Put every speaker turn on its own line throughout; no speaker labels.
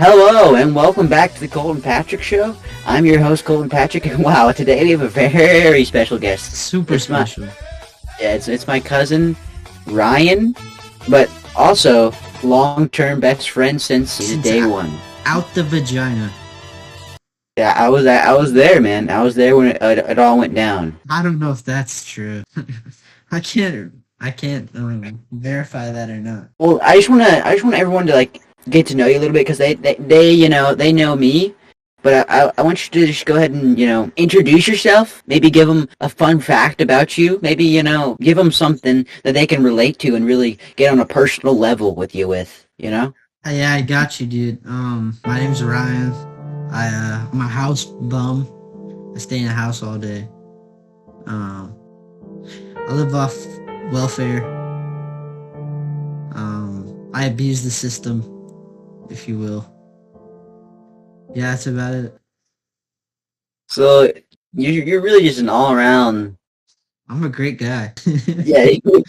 Hello and welcome back to the Colton Patrick Show. I'm your host Colton Patrick, and wow, today we have a very special guest.
Super
It's not-
special.
It's it's my cousin Ryan, but also long-term best friend since
Since
day
I-
one.
Out the vagina.
Yeah, I was I, I was there, man. I was there when it, it, it all went down.
I don't know if that's true. I can't. I can't um, verify that or not.
Well, I just wanna I just want everyone to like get to know you a little bit because they, they they you know they know me, but I, I I want you to just go ahead and you know introduce yourself. Maybe give them a fun fact about you. Maybe you know give them something that they can relate to and really get on a personal level with you with. You know.
Uh, yeah, I got you, dude. Um, my name's Ryan. I uh, I'm a house bum. I stay in the house all day. Um, I live off welfare. Um, I abuse the system, if you will. Yeah, that's about it.
So you you're really just an all around.
I'm a great guy.
Yeah, you,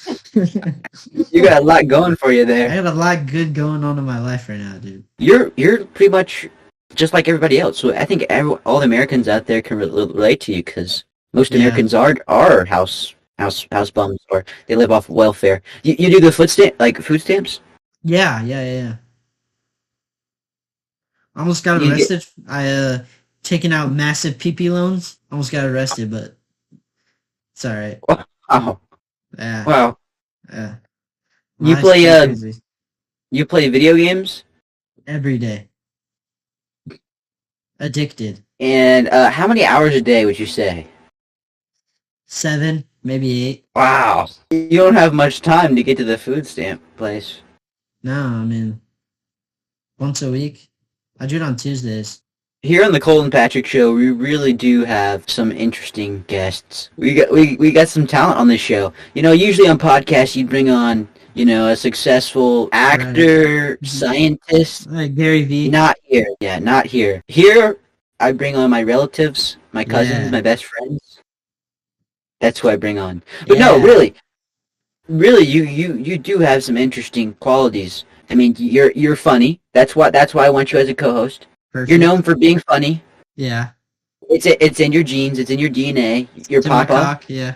you got a lot going for you there.
I got a lot good going on in my life right now, dude.
you're you're pretty much just like everybody else. So I think every, all the Americans out there can re- relate to you because most
Yeah.
Americans are are house house house bums or they live off welfare. You, you do the food stamp like food stamps.
Yeah, yeah, yeah. yeah. Almost got
You get-
arrested. I uh taken out massive PP loans. Almost got arrested, but it's all right.
Oh
Yeah,
wow!
yeah.
You
Life's
play,
too
uh,
crazy.
You play video games
every day. Addicted.
and uh, how many hours a day would you say?
Seven, maybe eight.
Wow, you don't have much time to get to the food stamp place.
No, I mean once a week. I do it on Tuesdays.
Here on the Colin Patrick Show, we really do have some interesting guests. We got we, we got some talent on this show. You know, usually on podcasts you bring on, you know, a successful actor,
Mhm.
scientist.
All right, Gary V.
Not here. Yeah, not here. Here I bring on my relatives, my cousins,
Yeah.
my best friends. That's who I bring on. But no,
Yeah.
really, really, you, you you do have some interesting qualities. I mean, you're you're funny. That's why that's why I want you as a co-host. You're
Perfect.
known for being funny.
yeah.
It's it's in your genes. It's in your DNA. Your
Tim
papa,
McCock, yeah.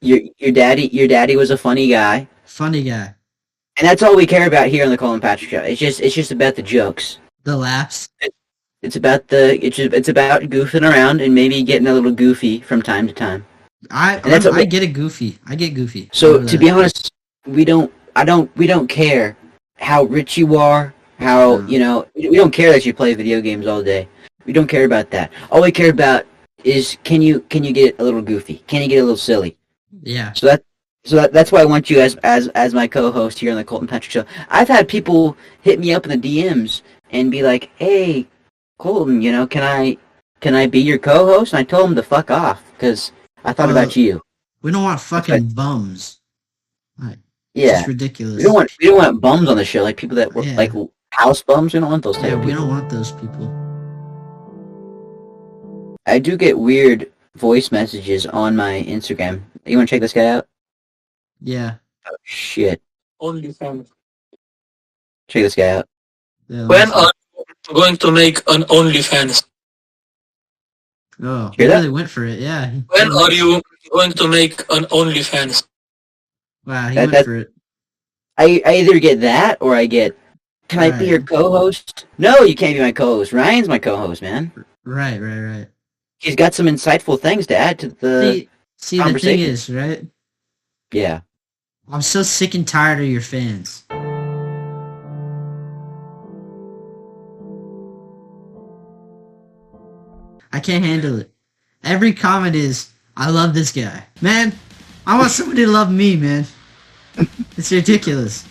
your your daddy, your daddy was a funny guy,
Funny guy.
and that's all we care about here on the Colin Patrick Show. It's just it's just about the jokes.
The laughs.
It's about the it's just, it's about goofing around and maybe getting a little goofy from time to time.
I
And that's
I'm-
what
I
we-
get it goofy. I get goofy. I
So to
know that.
be honest, we don't I don't we don't care how rich you are, how
Mm.
you know we we don't care that you play video games all day. We don't care about that. All we care about is can you can you get a little goofy? Can you get a little silly?
yeah,
So that so that, that's why I want you as as as my co-host here on the Colton Patrick Show. I've had people hit me up in the DMs and be like, "Hey, Colton, you know, can I can I be your co-host?" And I told them to fuck off because I thought
Uh,
about you.
we don't want fucking bums. Like, it's
Yeah,
just ridiculous.
we don't want we don't want bums on the show, like people that were
Yeah.
like house bums. We don't want those type
yeah,
of
we
people.
don't want those people.
I do get weird voice messages on my Instagram. You want to check this guy out?
Yeah,
Shit, check this guy out.
yeah
When
that's-
uh,
are you going to make an OnlyFans?
oh, he
Hear that?
really went for it. Yeah. he-
When are you going to make an OnlyFans?
Wow, he
That-
went
that-
for it.
I, I either get that or I get. Can I be
Right.
your co-host? No, you can't be my co-host. Ryan's my co-host, man.
Right, right, right.
He's got some insightful things to add to the.
see, see the thing
Uh, conversation.
is, right?
Yeah.
I'm so sick and tired of your fans. I can't handle it. Every comment is, I love this guy. Man, I want somebody to love me, man. It's ridiculous.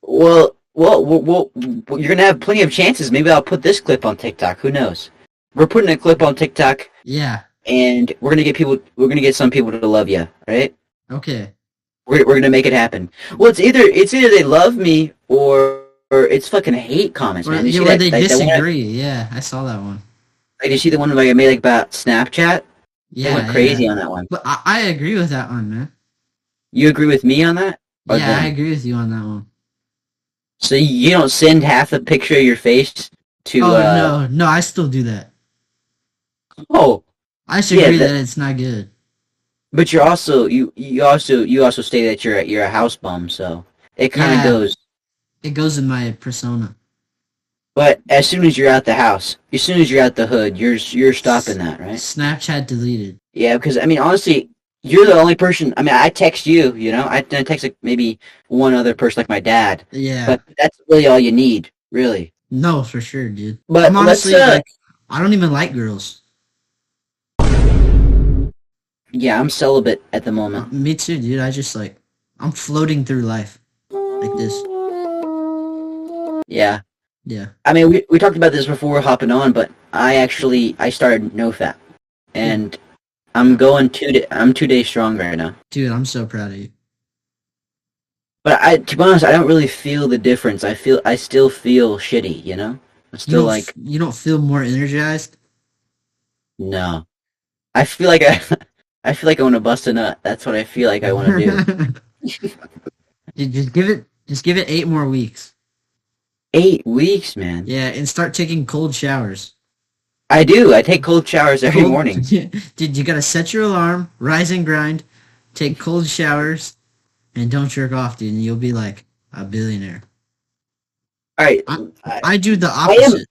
Well, well, well, well, well, you're gonna have plenty of chances. Maybe I'll put this clip on TikTok. Who knows? We're putting a clip on TikTok,
Yeah,
and we're gonna get people. We're gonna get some people to love you, right?
okay.
We're, we're gonna make it happen. Well, it's either it's either they love me or, or it's fucking hate comments,
Or,
man. You see
yeah, where
that-
they
like, that one-
disagree. Yeah, I saw that one.
like, you see the one like I made like about Snapchat?
Yeah,
I went crazy
yeah.
on that one.
But I, I agree with that one, man.
You agree with me on that? Or
yeah,
them.
I agree with you on that one.
So you don't send half a picture of your face to.
Oh
uh,
no, no, I still do that.
Oh,
I just agree
Yeah,
that, it's not good.
but you're also you you also you also say that you're a- you're a house bum, so it kind of
Yeah.
goes.
It goes in my persona.
But as soon as you're out the house, as soon as you're out the hood, you're you're stopping that, right?
Snapchat deleted.
Yeah, because I mean, honestly, you're the only person. I mean, I text you, you know, I, I text like maybe one other person, like my dad,
Yeah.
but that's really all you need, really.
no, for sure, dude.
But
I'm honestly
let's, uh,
like I don't even like girls.
yeah, I'm celibate at the moment.
Uh, Me too, dude. I just like I'm floating through life. Like this.
Yeah,
Yeah.
I mean, we we talked about this before hopping on, but I actually I started no fat, and I'm going two da I'm two days strong right now.
Dude, I'm so proud of you.
But I, to be honest, I don't really feel the difference. I feel I still feel shitty, you know. I
You don't,
still like
f- you don't feel more energized?
No. I feel like I I feel like I want to bust a nut. That's what I feel like I want to do.
Dude, just give it just give it eight more weeks.
Eight weeks, man.
Yeah, and start taking cold showers.
I do. I take cold showers every
Cold-
morning.
Dude, you gotta set your alarm, rise and grind, take cold showers, and don't jerk off, dude, and you'll be like a billionaire.
All right.
I'm-
I,
I do the
am-
opposite.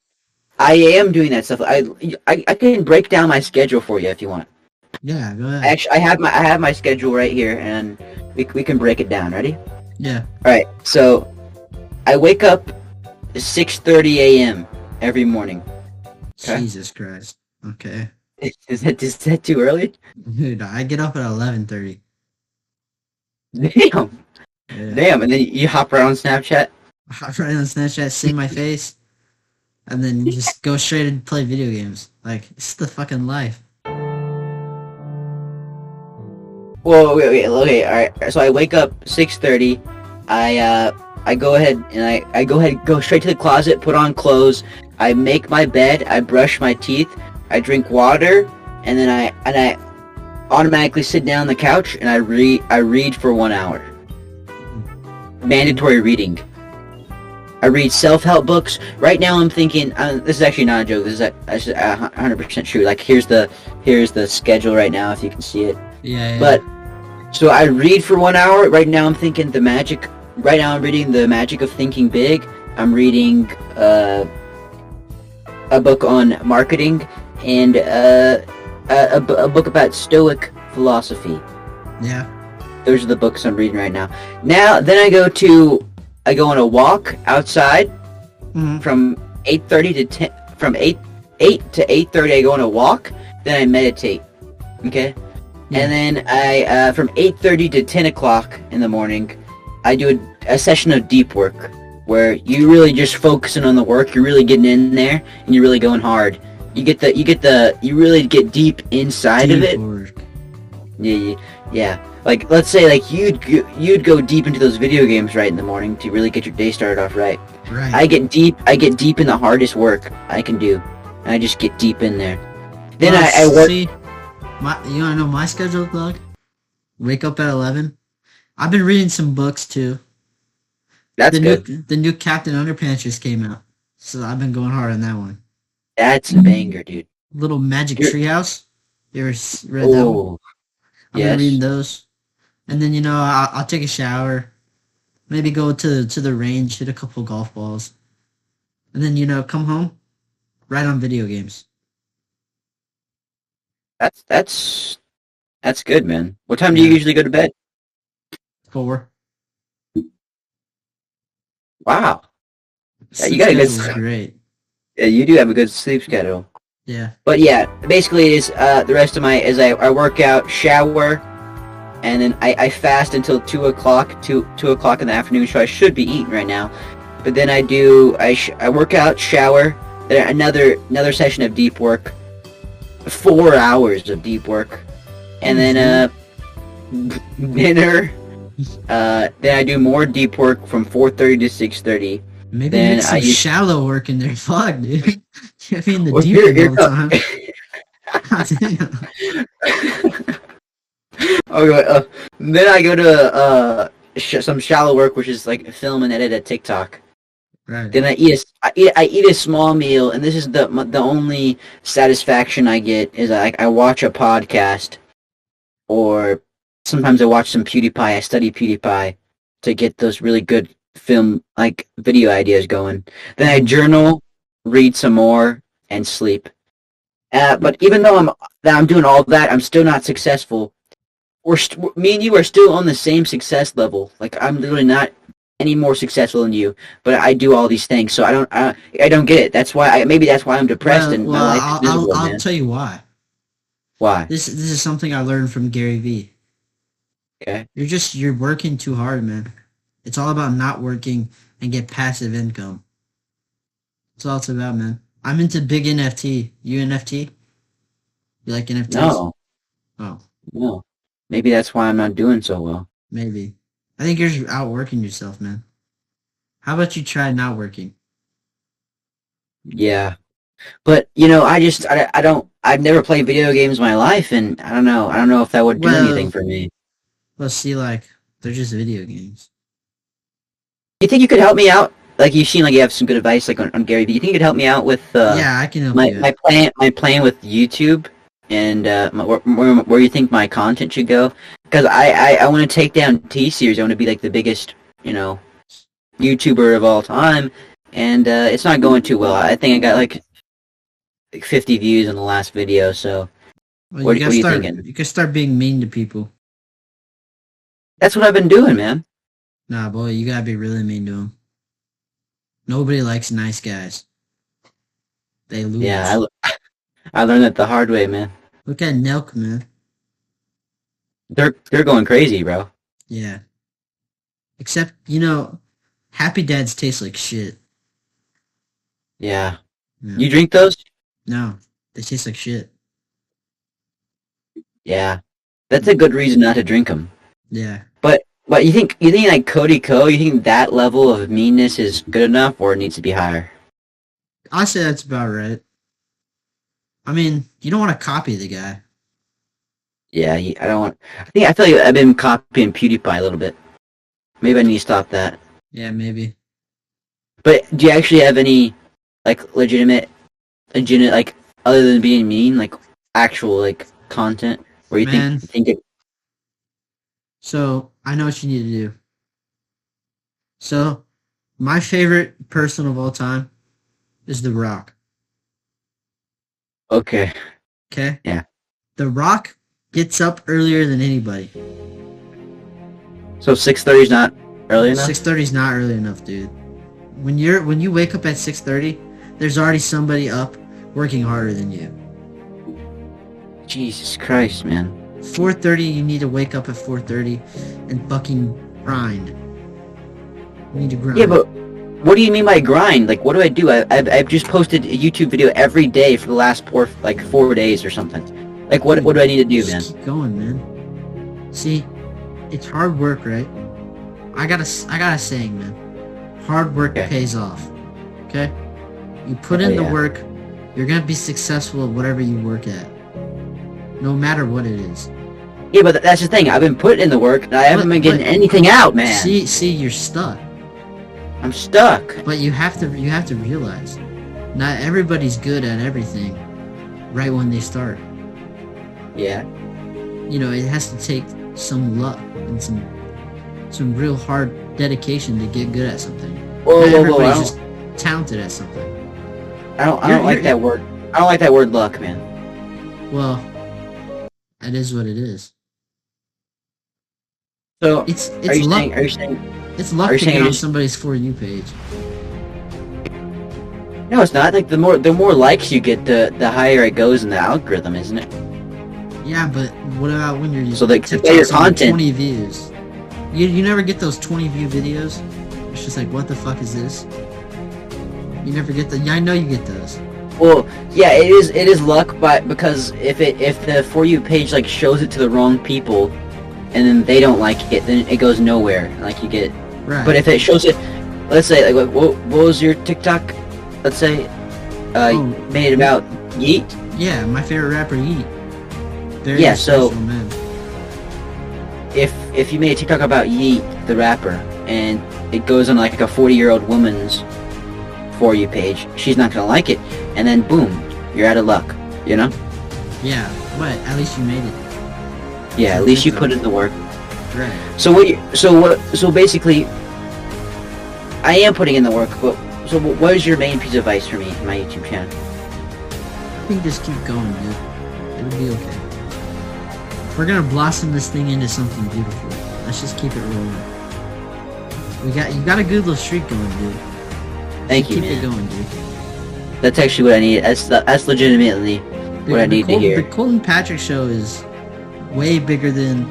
I am doing that stuff. I, I I can break down my schedule for you if you want.
Yeah, go ahead.
I actually I have my I have my schedule right here and we we can break it down. Ready?
yeah.
All right. So I wake up 6:30 a.m. every morning. Okay.
Jesus Christ. Okay.
Is that is that too early?
Dude, I get up at eleven thirty.
Damn.
Yeah.
Damn. And then you hop right on Snapchat.
Hop right on Snapchat, see my face, and then just go straight and play video games. Like it's the fucking life.
Well, wait, wait, okay, all right. So I wake up six thirty. I uh, I go ahead and I, I go ahead go straight to the closet, put on clothes. I make my bed. I brush my teeth. I drink water, and then I and I automatically sit down on the couch and I read I read for one hour. Mandatory reading. I read self-help books. Right now, I'm thinking uh, this is actually not a joke. This is a- this is a 100% true. Like here's the here's the schedule right now if you can see it.
Yeah. yeah.
But so I read for one hour. Right now I'm thinking the magic. Right now I'm reading the magic of thinking big. I'm reading uh, a book on marketing and uh, a, a, bu- a book about Stoic philosophy.
yeah.
Those are the books I'm reading right now. Now then I go to I go on a walk outside
Mhm.
from 8:30 to 10 from 8 8 to 8:30 I go on a walk. Then I meditate. Okay.
Yeah.
And then I, uh, from 8.30 to 10 o'clock in the morning, I do a, a session of deep work, where you really just focusing on the work, you're really getting in there, and you're really going hard. You get the, you get the, you really get deep inside of
Deep
it.
work.
Yeah, yeah, yeah. Like, let's say, like, you'd, go- you'd go deep into those video games right in the morning to really get your day started off right.
Right.
I get deep, I get deep in the hardest work I can do. And I just get deep in there. Then
Well,
I, I work,
See, my, you wanna know my schedule, Doug? Wake up at eleven. I've been reading some books too.
that's
the
good.
new the new Captain Underpants just came out, so I've been going hard on that one.
That's a banger, dude.
Little Magic
You're-
Treehouse. You ever s- read that
Oh.
one? I've
Yes.
been reading those, and then you know I'll, I'll take a shower, maybe go to to the range, hit a couple golf balls, and then you know come home, right on video games.
That's that's that's good, man. What time do you
Yeah.
usually go to bed?
Four.
Wow, Yeah, you
Sleep
gotta get
schedule's
some-
great.
yeah, you do have a good sleep schedule.
Yeah.
But yeah, basically, it is uh, the rest of my is I, I work out, shower, and then I, I fast until two o'clock two two o'clock in the afternoon. So I should be eating right now, but then I do I sh- I work out, shower, then another another session of deep work, four hours of deep work, and then uh dinner. Uh, then I do more deep work from 4:30 to 6:30.
Maybe
Then
make some
I used-
shallow work in there. Fuck, dude. I mean, the
Well,
deep
here-
end
here
all the time.
Okay, uh, then I go to uh sh- some shallow work, which is like film and edit a TikTok.
Right.
Then I eat a, I eat, I eat a small meal, and this is the m- the only satisfaction I get is I I watch a podcast, or sometimes I watch some PewDiePie. I study PewDiePie to get those really good film like video ideas going. Then I journal, read some more, and sleep. Uh, but even though I'm that I'm doing all that, I'm still not successful. Or st- me and you are still on the same success level. Like I'm literally not any more successful than you but I do all these things, so I don't, I, I don't get it. That's why, I, maybe that's why I'm depressed and my life is
I'll,
miserable,
I'll, I'll
man.
tell you why.
why?
This this is something I learned from Gary Vee.
Okay.
You're just you're working too hard, man. It's all about not working and get passive income. That's all it's about, man. I'm into big NFT. You NFT? You like NFTs?
No,
Oh,
no. Maybe that's why I'm not doing so well.
maybe. I think you're just outworking yourself, man. How about you try not working?
Yeah, but you know, I just, I, I don't, I've never played video games in my life, and I don't know, I don't know if that would do
Well-
anything for me.
Well, see, like they're just video games.
You think you could help me out? Like you seem like you have some good advice, like on, on Gary. Do you think you could help me out with uh,
yeah, I can help
my
you. out.
my plan my plan with YouTube and uh, my, where, where where you think my content should go because I I, I want to take down T series. I want to be like the biggest you know YouTuber of all time, and uh, it's not going too well. I think I got like like 50 views on the last video, so
Well,
what-
you gotta
what are you
start.
thinking?
You can start being mean to people.
that's what I've been doing, man.
Nah, boy, you gotta be really mean to them. Nobody likes nice guys. They lose.
Yeah, I, I learned that the hard way, man.
Look at Nelk, man.
They're they're going crazy, bro.
Yeah. Except, you know, Happy Dads taste like shit.
Yeah,
Yeah.
you drink those?
no, they taste like shit.
Yeah, that's a good reason not to drink them.
Yeah.
But you think you think like Cody Co, you think that level of meanness is good enough or it needs to be higher?
I say that's about right. I mean, you don't want to copy the guy.
Yeah, he, I don't want I think I feel like I've been copying PewDiePie a little bit. Maybe I need to stop that.
Yeah, maybe.
But do you actually have any like legitimate legitimate like other than being mean, like actual like content where you
Man.
think think it
So I know what you need to do. So my favorite person of all time is The Rock.
okay.
Okay?
Yeah.
The Rock gets up earlier than anybody.
So six thirty is not early enough?
Six thirty is not early enough, dude. When you're when you wake up at six thirty, there's already somebody up working harder than you.
Jesus Christ, man.
Four thirty, you need to wake up at four thirty and fucking grind. You need to grind.
Yeah, but what do you mean by grind? Like, what do I do? I, I've, I've just posted a YouTube video every day for the last four, like four days or something. Like, what what do I need to do, man?
Just keep going, man. See, it's hard work, right? I got a, s- I got a saying, man. Hard work
Okay.
pays off. Okay? You put
Oh,
in the
yeah.
work, you're going to be successful at whatever you work at. No matter what it is.
Yeah, but that's the thing. I've been putting in the work, and I haven't
But-
been getting
but-
anything out, man.
See, see, you're stuck.
I'm stuck.
But you have to you have to realize not everybody's good at everything right when they start.
Yeah,
you know it has to take some luck and some some real hard dedication to get good at something
Whoa,
Not
whoa, whoa, I
everybody's
don't-
just talented at something
I don't, I
You're-
don't like
you're-
that word. I don't like that word, luck, man.
well that is what it is
So,
it's
are
it's
you
luck
saying? Are you saying?
it's luck
are you
to
saying
get
I
on
just-
somebody's for you page
No, it's not. Like the more the more likes you get, the the higher it goes in the algorithm, isn't it?
yeah but what about when you're
So they
TikTok's
play your
on
content.
20 views you, you never get those 20 view videos it's just like what the fuck is this you never get the yeah i know you get those
Well, yeah, it is. It is luck, but because if it if the for you page like shows it to the wrong people, and then they don't like it, then it goes nowhere. Like you get.
right
But if it shows it, let's say like what what was your TikTok? Let's say, uh,
Oh.
made it about Yeet.
yeah my favorite rapper eat very
Yeah, so-
special, man.
If if you made a TikTok about Yeet the rapper, and it goes on like a forty year old woman's for you page. She's not gonna like it, and then boom, you're out of luck. You know?
Yeah, but at least you made it.
Yeah. At least you put in the work.
Right.
So what? You, so what? So basically, I am putting in the work. But so what what is your main piece of advice for me, my YouTube channel?
I think just keep going, dude. It'll be okay. We're gonna blossom this thing into something beautiful. Let's just keep it rolling. We got you got a good little streak going, dude.
Thank you,
keep
man.
it going, dude.
That's actually what I need. That's that's legitimately
Dude,
what I
the
need to
Colton-
hear.
The Colton Patrick show is way bigger than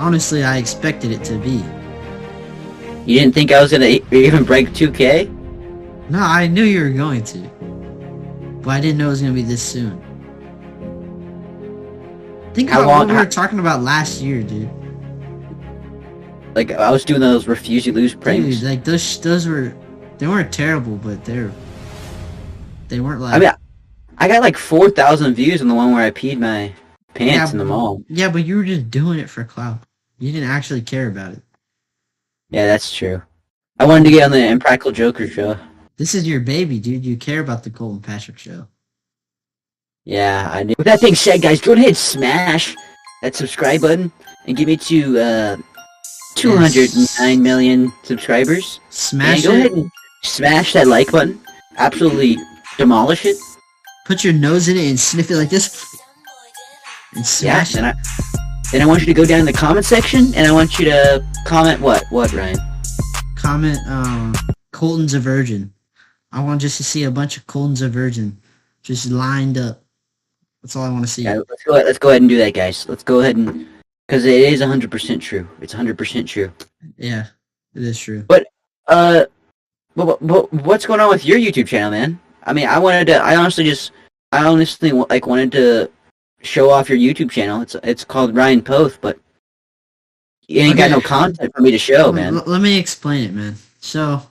honestly I expected it to be.
You didn't think I was gonna e- even break 2K?
No, I knew you were going to, but I didn't know it was gonna be this soon. Think
How
about
long-
what we
how-
were talking about last year, dude.
Like I was doing those refuse you lose pranks.
Dude, like those sh- those were they weren't terrible, but they're they weren't like
I mean, I got like 4,000 views on the one where I peed my pants
Yeah,
in the mall.
yeah, but you were just doing it for clout. You didn't actually care about it.
Yeah, that's true. I wanted to get on the Impractical Joker show.
This is your baby, dude. You care about the Colton Patrick show.
Yeah, I knew. With that being said, guys, go ahead and smash that subscribe button and get me to uh, 209 million subscribers. and
Smash
go
it.
ahead and smash that like button. Absolutely demolish it.
put your nose in it and sniff it like this and
Yeah,
smash
and I then I want you to go down in the comment section and I want you to comment what what Ryan.
it. Comment, um, Colton's a virgin. I want just to see a bunch of Colton's a virgin just lined up. That's all I want to see.
Yeah, let's go let's go ahead and do that, guys. Let's go ahead and because it is hundred percent true. It's hundred percent true.
Yeah, it is true.
Uh, but, but what's going on with your YouTube channel, man? I mean, I wanted to. I honestly just I honestly wa- like wanted to show off your YouTube channel. It's it's called Ryan Poth, but you ain't got
Okay. Mm-hmm.
no content for me to show,
Let-
man.
Let, me explain it, man. So,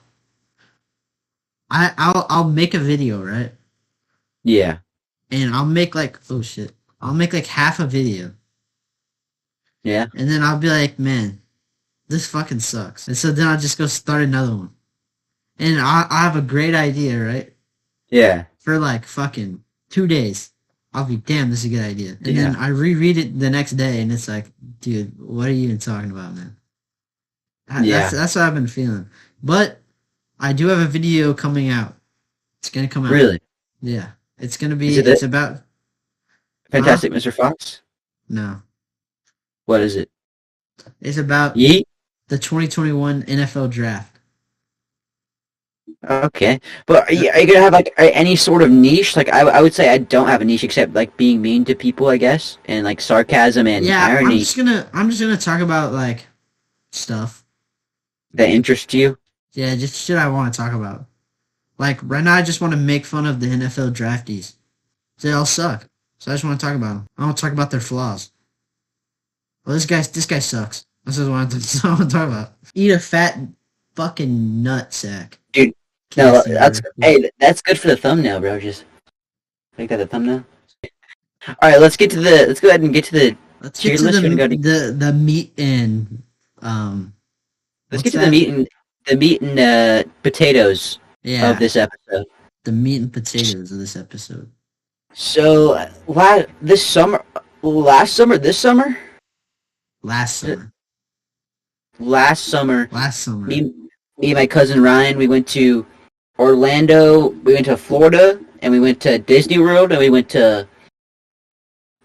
I I'll I'll make a video, right?
Yeah,
And I'll make like oh shit, I'll make like half a video,
yeah.
and then I'll be like, man, this fucking sucks. And so then I'll just go start another one, and I I have a great idea, right?
Yeah.
for like fucking two days. I'll be damn, this is a good idea. And then
Yeah.
I reread it the next day, and it's like, dude, what are you even talking about, man? That-
Yeah.
That's that's what I've been feeling. But I do have a video coming out. It's gonna come out.
Really,
Yeah. It's gonna be.
Is it
it's about
fantastic,
Mm-hmm.
Mr. Fox.
no.
What is it?
It's about
Yeet.
the 2021 NFL draft.
Okay, but are you, are you gonna have like a- any sort of niche? Like I, I would say I don't have a niche except like being mean to people, I guess, and like sarcasm and
yeah. I'm
irony
just gonna. I'm just gonna talk about like stuff.
that interest you.
Yeah, just shit I want to talk about. Like right now, I just want to make fun of the NFL draftees. They all suck, so I just want to talk about them. I want to talk about their flaws. Well, this guy, this guy sucks. This is what I want to I want to talk about. Eat a fat fucking nut sack,
Dude, No,
Casey
that's
Burke.
hey, that's good for the thumbnail, bro. Just make that a thumbnail. All right, let's get to the. Let's go ahead and get to the.
Let's get to
Cheerless,
the
you wanna go to-
the the meat and um.
Let's get
What's
to the
that?
meat and the meat and uh, potatoes
Yeah,
of this episode.
the meat and potatoes of this episode.
So uh, la- this summer, last summer, this summer,
Last
Uh,
summer,
last summer,
last summer.
me, me and my cousin Ryan, we went to Orlando, we went to Florida, and we went to Disney World, and we went to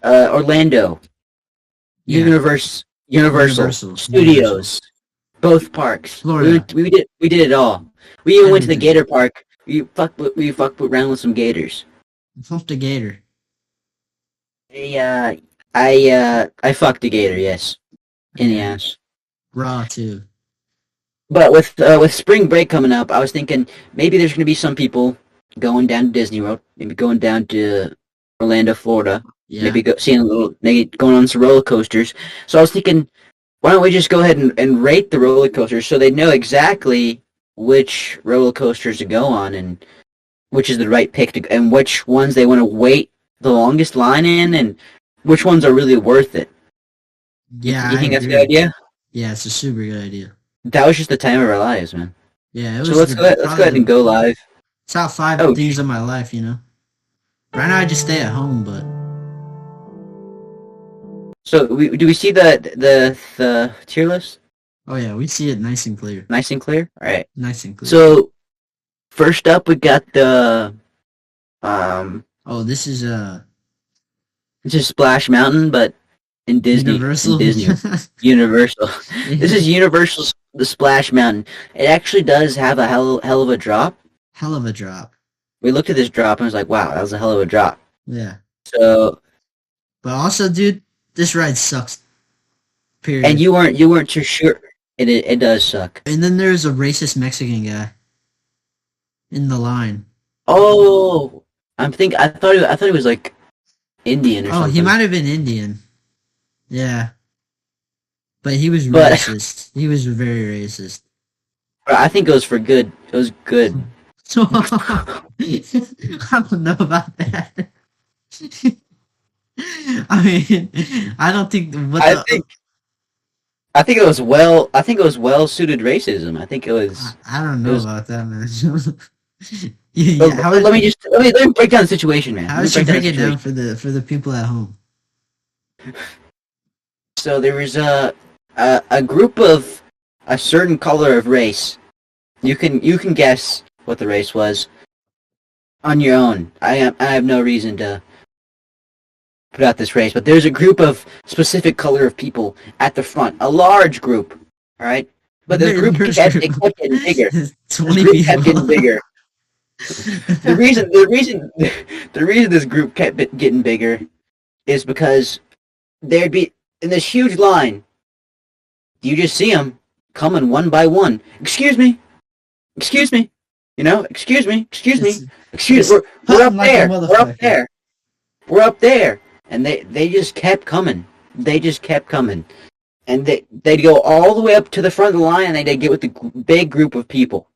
uh, Orlando,
Yeah.
Universe, Universal,
Universal.
Studios,
Universal.
both parks.
Florida. Mm.
We, went- we did we did it all. We even went to the
Everything.
Gator Park. We fucked with- we fucked around with some gators.
Pumped a gator.
I uh, I uh, I fucked a gator, yes, in the ass.
Raw too.
But with uh, with spring break coming up, I was thinking maybe there's going to be some people going down to Disney World, maybe going down to Orlando, Florida,
Yeah.
maybe go, seeing a little, maybe going on some roller coasters. So I was thinking, why don't we just go ahead and, and rate the roller coasters so they know exactly which roller coasters to go on and which is the right pick to, and which ones they want to wait the longest line in and which ones are really worth it.
Yeah,
you
I
think that's a
agree.
good idea?
Yeah, it's a super good idea.
That was just the time of our lives, man.
Yeah, it was
So let's
the-
go ahead, let's go ahead and go live.
top five
Oh,
things of my life, you know. Right now, I just stay at home, but
So we, do we see the the the tier list
oh yeah, we see it nice and clear,
nice and clear? All right.
nice and clear.
So first up, we got the um,
oh, this is uh
this is Splash Mountain, but in Disney, in
Universal.
Disney, Universal. This is Universal's the Splash Mountain. It actually does have a hell hell of a drop.
hell of a drop.
We looked at this drop and was like, wow, that was a hell of a drop.
Yeah,
So
but also, dude, this ride sucks. Period.
and you weren't you weren't too sure, and it, it does suck.
And then there's a racist Mexican guy in the line.
Oh, I'm think I thought it, I thought it was like Indian or
Oh,
something.
he might have been Indian. Yeah. But he was
But-
racist. He was very racist.
But I think it was for good. It was good.
So I don't know about that. I mean, I don't think what
I
the,
think I think it was well. I think it was well suited racism. I think it was.
I, I don't know
There's-
about that, man. yeah,
But
yeah, how
oh, let
would,
me just let me, let me break down the situation, man.
how
Let me
would you
break down
break
the
it
situation.
down for the for the people at home?
So there was a, a a group of a certain color of race. You can you can guess what the race was on your own. I am I have no reason to put out this race, but there's a group of specific color of people at the front, a large group. All right, but the group
There's-
kept, it kept getting bigger. The
Twenty
group kept getting
people.
bigger. the reason the reason the reason this group kept bi- getting bigger is because there'd be in this huge line you just see them coming one by one excuse me excuse me you know excuse me excuse me
It's-
excuse
it's
we're, we're up
like a
there we're
motherfucker.
up there we're up there and they they just kept coming they just kept coming and they they'd go all the way up to the front of the line and they'd get with the gr- big group of people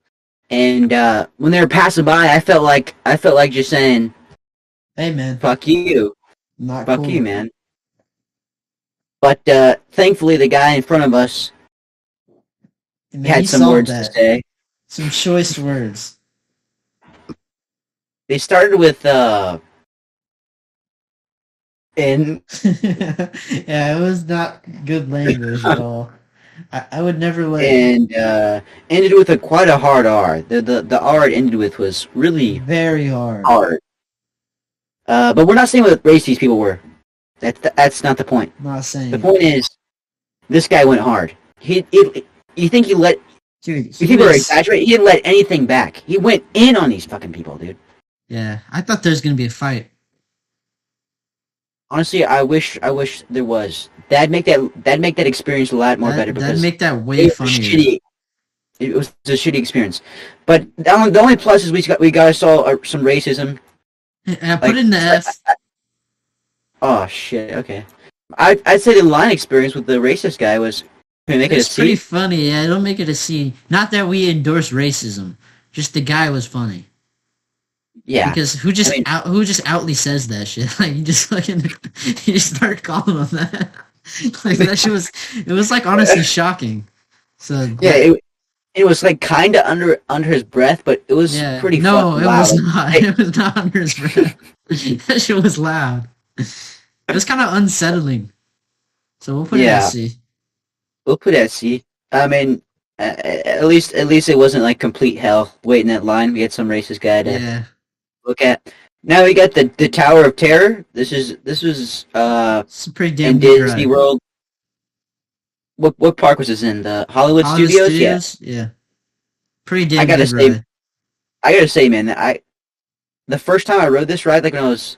and uh when they were passing by i felt like i felt like just saying
Hey man,
fuck you
not
Fuck
cool.
you, man. But uh, thankfully, the guy in front of us
And he
had some
solved
words to
that.
say.
Some choice words.
They started with, uh, and
yeah, it was not good language at all. I, I would never let
and uh, ended with a quite a hard R. The the the R it ended with was really
very hard.
hard. Uh, but we're not saying what race these people were. That that's not the point.
Not saying,
The point is, this guy went hard. He, he you think he let
dude.
you
he
think we're
was-
exaggerating? He didn't let anything back. He went in on these fucking people, dude.
yeah, I thought there was gonna be a fight.
honestly, I wish I wish there was. That'd make that that'd make that experience a lot more
that,
better
that'd
because
make that way
it was
funnier.
shitty. It was a shitty experience, but the only, the only plus is we got we guys saw uh, some racism.
And I put
Like-
in the F.
Oh shit! Okay, I I'd say the line experience with the racist guy was can we make it a
It's
C?
pretty funny. Yeah, don't make it a C. Not that we endorse racism. Just the guy was funny
Yeah,
because who just
I mean-
out, who just outly says that shit? Like you just fucking you just start calling on that. like that shit was it was like honestly shocking. So
yeah. It, it was like kind of under under his breath, but it was pretty.
No,
fucking
it
loud.
was not. It was not under his breath. that shit was loud. It was kind of unsettling. So we'll put it
Yeah.
at C.
We'll put it at C. I mean, uh, at least at least it wasn't like complete hell waiting that line. We had some racist guy to
Yeah.
look at. Now we got the the Tower of Terror. This is this was uh
It's a pretty damn
in
good
Disney
ride.
World. What what park was this in? The Hollywood,
All the
Studios. Yeah,
Yeah. Pretty damn
I gotta
good
say-
ride.
I gotta say, man, that I the first time I rode this ride, like when I was,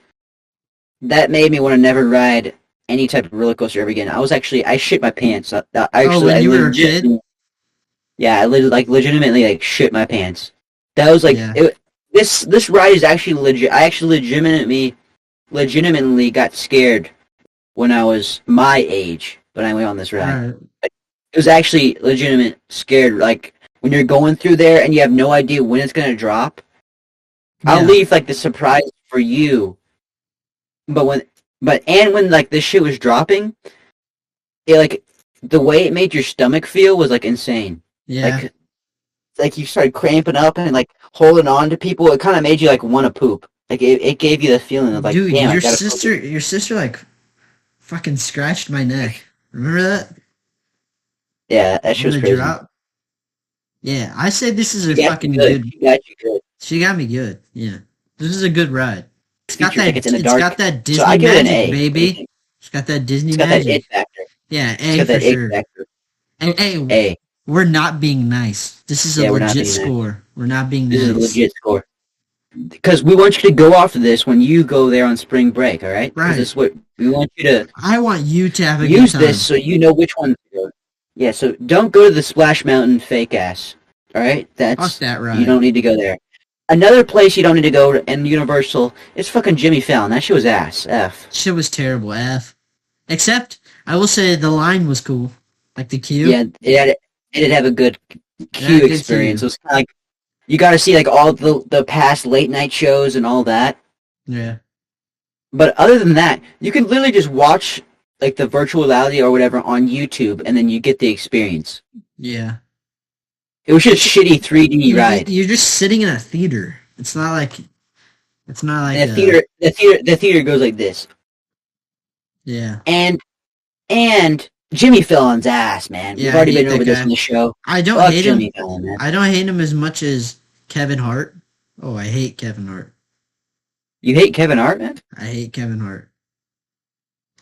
that made me want to never ride any type of roller coaster ever again. I was actually I shit my pants. I, I actually
Oh, when
I
you were a
legit-
kid?
Yeah, I leg- like legitimately like shit my pants. That was like
Yeah.
it, this this ride is actually legit. I actually legitimately legitimately got scared when I was my age when I went on this ride.
Alright.
It was actually legitimate scared. Like when you're going through there and you have no idea when it's gonna drop. I'll
Yeah.
leave like the surprise for you. But when but and when like this shit was dropping, it like the way it made your stomach feel was like insane.
Yeah.
Like like you started cramping up and like holding on to people. It kind of made you like want to poop. Like it, it gave you the feeling of like,
Dude,
damn, I
your
gotta poop."
sister, your sister, like, fucking scratched my neck. Remember that?
Yeah, that shit was
When I
crazy.
dropped? Yeah, I say this is a
Yeah,
fucking
good.
good.
You got you good.
She got me good. Yeah, this is a good ride. It's got
Feature
that.
tickets in the
it's
dark.
got that Disney
so I give it
magic,
an A.
baby. It's got that Disney
It's got that it
magic.
factor.
yeah,
It's
A
got
for
that
sure.
it factor.
And hey,
A.
we're not being nice. This is a
Yeah, we're not
legit
being nice.
score. We're not being
This is a
nice.
legit score. Because we want you to go off of this when you go there on spring break, all right? 'Cause
Right.
This is what we want you to
I want you to have a
use
good time.
this so you know which one to go. Yeah, so don't go to the Splash Mountain fake ass. All right,
Fuck
that's
that ride.
you don't need to go there. Another place you don't need to go in Universal is fucking Jimmy Fallon. That shit was ass. F.
Shit was terrible. F. Except I will say the line was cool, like the queue.
Yeah, it had it did have a good
I
queue
did see
experience. It
you.
was kind of like you got to see like all the the past late night shows and all that.
yeah.
But other than that, you can literally just watch like the virtual reality or whatever on YouTube, and then you get the experience.
Yeah.
It was just shitty 3D
You're
ride.
just- You're just sitting in a theater. It's not like. It's not like
And the
a-
theater, the theater, the theater goes like this,
Yeah.
and and Jimmy Fallon's ass, man.
Yeah,
We've
I
already
hate
been
that
over this
guy.
in the show.
I don't
Fuck
hate him.
Jimmy Fallon, man.
I don't hate him as much as Kevin Hart. Oh, I hate Kevin Hart.
You hate Kevin Hart, man?
I hate Kevin Hart.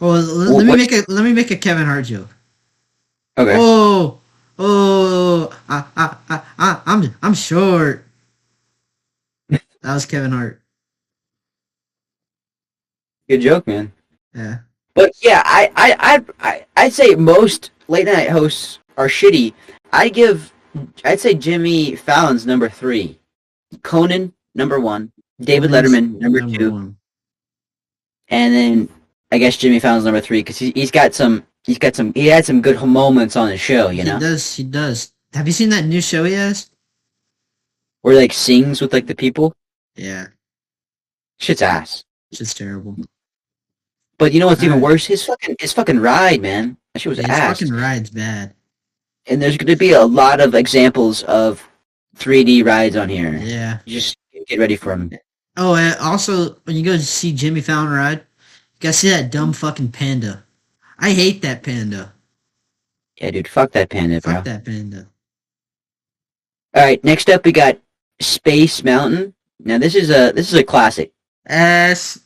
Oh, l- let me
what-
make a let me make a Kevin Hart joke.
Okay.
Oh, oh, I, I, I, I, I'm I'm short. that was Kevin Hart.
Good joke, man.
Yeah,
But yeah, I I I I I'd say most late night hosts are shitty. I give I'd say Jimmy Fallon's number three, Conan number one, David
Conan's
Letterman number, two,
one.
and then I guess Jimmy Fallon's number three because he, he's got some he's got some he had some good moments on the show, you know,
He does. He does. Have you seen that new show he has?
where he, like sings with like the people.
Yeah,
Shit's ass.
it's just terrible.
But you know what's even
Alright.
worse? His fucking his fucking ride, man. That shit was
His
ass.
fucking ride's bad.
And there's going to be a lot of examples of 3D rides on here.
Yeah.
just get ready for him.
Oh, and also when you go to see Jimmy Fallon ride, you gotta see that dumb fucking panda. I hate that panda.
Yeah, dude, fuck that panda, bro.
Fuck that panda.
All right, next up we got Space Mountain. Now this is a this is a classic.
S.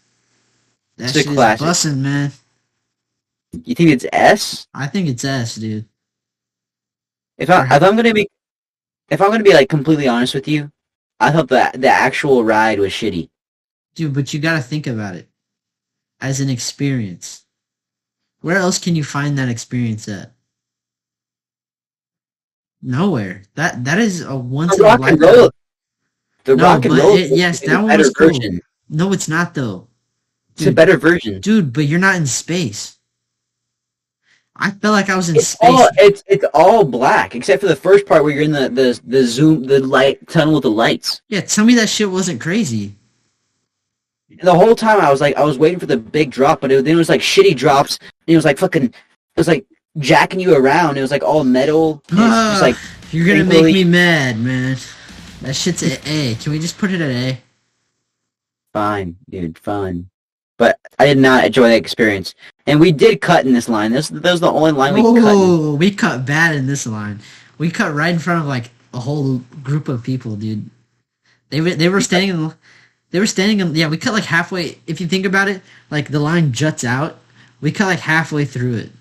That
It's a
shit is
classic.
bussin', man.
You think it's S?
I think it's S, dude.
If I if I'm gonna be if I'm gonna be like completely honest with you, I thought that the actual ride was shitty.
Dude, but you gotta think about it as an experience. Where else can you find that experience at? Nowhere. That that is a
The
once in a
rock and
lifetime.
roll. The
No,
rock and
but
roll.
it- yes,
is
that
a
one
better
was cool.
version.
No, it's not though.
It's a better version.
dude but you're not in space i felt like i was in
It's
space
all it's it's all black except for the first part where you're in the the, the zoom the light tunnel with the lights.
yeah tell me that shit wasn't crazy
the whole time I was like, I was waiting for the big drop, but it, then it was like shitty drops. And it was like fucking, it was like jacking you around. It was like all metal. It's just like,
you're gonna
Thankfully-
make me mad man that shit's at a can we just put it at a
fine, dude, fine. But I did not enjoy that experience. And we did cut in this line. This, that was the only line we cut. in.
oh we cut bad in this line we cut right in front of like a whole group of people dude they were they were standing in the- they were standing in yeah we cut like halfway if you think about it like the line juts out we cut like halfway through it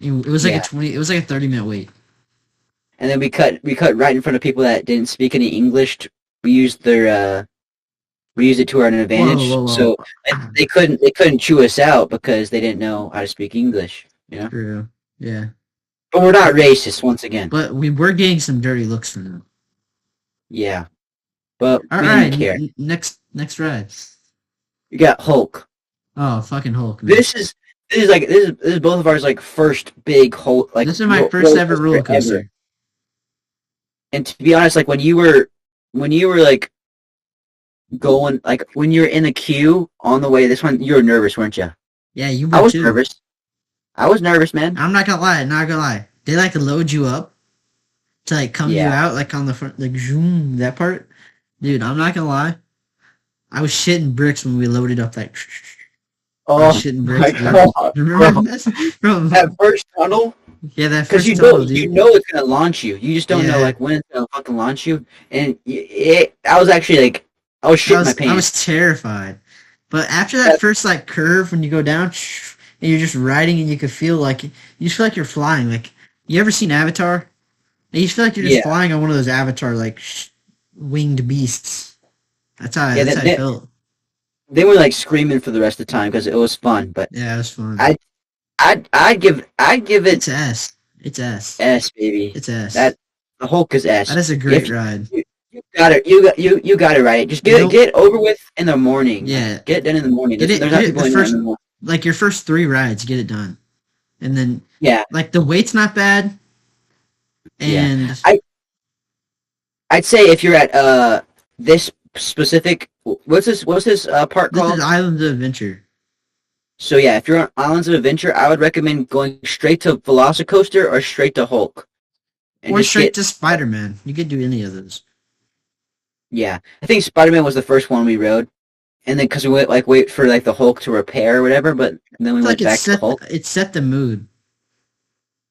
it was like
Yeah.
a 20 it was like a 30 minute wait
And then we cut, we cut right in front of people that didn't speak any English. We used their, uh, we used it to our advantage.
whoa, whoa.
So they- they couldn't, they couldn't chew us out because they didn't know how to speak English. You know,
True. Yeah.
but we're not racist once again.
But we were getting some dirty looks from them.
Yeah. But
All
we
right.
didn't care.
n- next next ride.
We got Hulk.
Oh, fucking Hulk. man.
This is this is like this is, this is both of ours like first big Hulk like
This is my
ro-
first ever roller coaster.
ever. And to be honest, like when you were when you were like going like when you were in the queue on the way to this one, you were nervous, weren't you?
Yeah, you were
I was
too.
nervous. I was nervous, man.
I'm not gonna lie, not gonna lie. They like to load you up to like come you
Yeah.
out like on the front like zoom that part. Dude, I'm not gonna lie. I was shitting bricks when we loaded up that I was
Oh
shitting
my
bricks. dude.
god!
Remember that? Bro,
That first tunnel,
yeah, that
because
first
you know
tunnel,
you
dude.
know it's gonna launch you. You just don't know
Yeah.
like when it's gonna fucking launch you. And y- it, I was actually like, I was shitting
I was,
my pants.
I was terrified. But after that
That-
first like curve, when you go down, and you're just riding, and you can feel like you just feel like you're flying. Like you ever seen Avatar? And you feel like you're just
Yeah.
flying on one of those Avatar like winged beasts. That's how,
Yeah,
that's
that-
how I
that-
felt.
they were like screaming for the rest of the time because it was fun. But
Yeah, it was fun.
I- I'd I'd give I'd give it
it's S. It's S.
S, baby.
It's S.
That- The Hulk is S.
that is a great
if-
ride.
You got it. You got you you got it right. Just get
Nope.
it get it over with in the morning.
Yeah,
Get it done in the morning.
Get it-
There's
get
not
it
people
the
in there
first-
in the morning.
like your first three rides, get it done, and then
Yeah.
like the weight's not bad,
Yeah.
and
I'd say if you're at uh this specific what's this what's this uh park
this
called?
is Island of Adventure.
So yeah, if you're on Islands of Adventure, I would recommend going straight to Velocicoaster or straight to Hulk. And
or
just
straight
get-
to Spider Man. You could do any of those.
Yeah, I think Spider Man was the first one we rode, and then because we went like wait for like the Hulk to repair or whatever, but then we
It's
went
like it
back to
set
the Hulk.
it set the mood.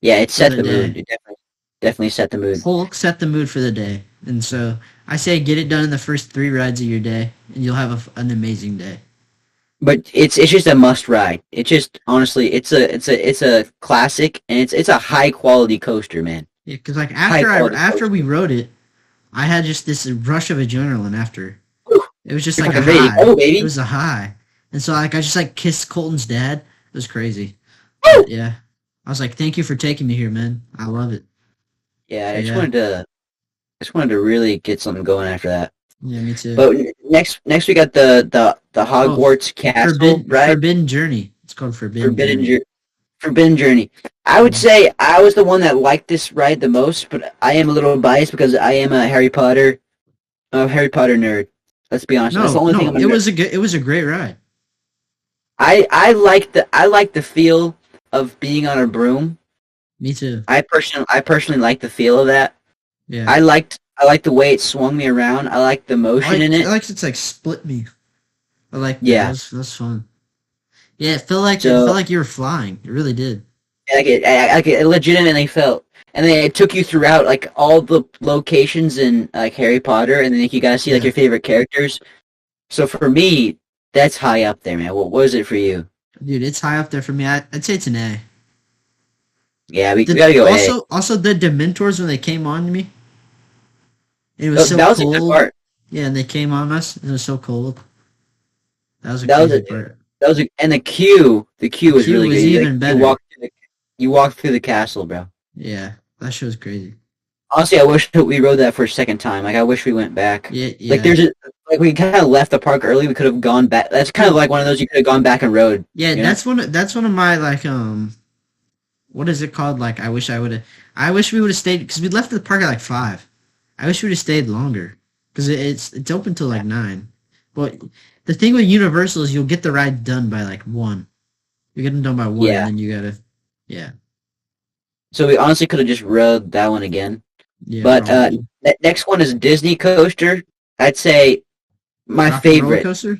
Yeah, it set
the
the mood.
day.
It definitely, definitely set the mood.
Hulk set the mood for the day, and so I say get it done in the first three rides of your day, and you'll have a f an amazing day.
But it's it's just a must ride. It's just honestly, it's a it's a it's a classic, and it's it's a high quality coaster, man.
Yeah, because like after I
quality
after we rode it, I had just this rush of adrenaline after.
Whew.
It was just
You're
like a
fucking ready to
high.
go,
It
baby.
was a high, and so like I just like kissed Colton's dad. It was crazy.
Woo!
But, yeah, I was like, thank you for taking me here, man. I love it.
Yeah, I
Yeah.
just wanted to, I just wanted to really get something going after that.
Yeah, Oh, me too.
But n- next next we got the the the Hogwarts Castle
Forbidden,
ride.
Forbidden Journey. It's called Forbidden,
Forbidden
Journey.
Journey. Forbidden Journey. I would say I was the one that liked this ride the most, but I am a little biased because I am a Harry Potter, a Harry Potter nerd. Let's be honest. That's the
No,
only thing I'm
no,
a
it
nerd-
was a good, it was a great ride.
I I like the I like the feel of being on a broom.
Me too.
I personally I personally like the feel of that.
Yeah.
I liked I liked the way it swung me around. I liked the motion
like,
in it.
I like it's like split me. I like
Yeah.
yeah, that's that's fun. Yeah, it felt like it
So-
felt like you were flying. It really did.
like it, I- I- like it legitimately felt. And then it took you throughout like all the locations in like Harry Potter, and then like, you got to see like
Yeah.
your favorite characters. So for me, that's high up there, man. What was it for you?
Dude, it's high up there for me. I, I'd say it's an A.
Yeah, we,
The-
we gotta go.
also,
Also,
also the Dementors when they came on to me, it
a.
was so
that was
cold.
a good part.
Yeah, and they came on us. and It was so cold. That was a
That was
crazy
a-
part.
That was a, and the queue. The queue was
queue
really
was
good. You,
even better.
You walked, through the, you walked through the castle, bro.
Yeah, that show was crazy.
Honestly, I wish that we rode that for a second time. Like I wish we went back.
Yeah, yeah.
Like there's a like we kind of left the park early. We could have gone back. That's kind of like one of those you could have gone back and rode.
Yeah,
Yeah.
that's one. Of, that's one of my like um, what is it called? Like I wish I would have. I wish we would have stayed because we left the park at like five. I wish we would have stayed longer because it, it's it's open till like nine. But the thing with Universal is you'll get the ride done by like one. You get them done by one,
Yeah.
and then you gotta. Yeah.
So we honestly could have just rode that one again.
Yeah.
But, uh,
probably.
Ne- next one is Disney coaster. I'd say my
Rock and Roller
favorite,
coaster.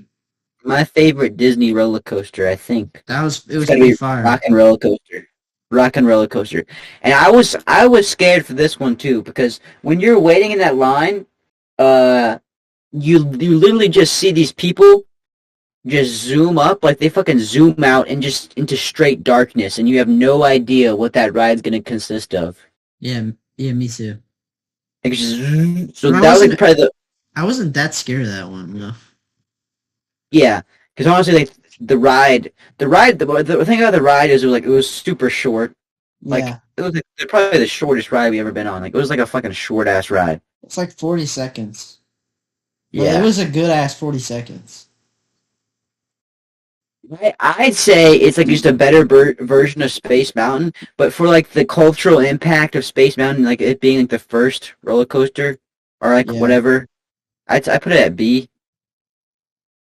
my favorite Disney roller coaster. I think
That was it was
gotta
pretty
be
fire.
Rock and Roller Coaster, Rock and Roller Coaster. And I was I was scared for this one too because when you're waiting in that line, uh, you you literally just see these people just zoom up like they fucking zoom out and just into straight darkness, and you have no idea what that ride's gonna consist of.
yeah. m- Yeah. Me too.
Like, it's just, so
When I
that
was
was
in-
like probably the
I wasn't that scared of that one. No.
yeah. Because honestly, like the ride, the ride, the, the thing about the ride is it was like it was super short. Like
yeah.
it was like, probably the shortest ride we ever been on. Like it was like a fucking short ass ride.
It's like forty seconds. But
Yeah,
it was a good ass 40 seconds.
I, I'd say it's like just a better ver- version of Space Mountain, but for like the cultural impact of Space Mountain, like it being like the first roller coaster or like
Yeah.
whatever, I I put it at B.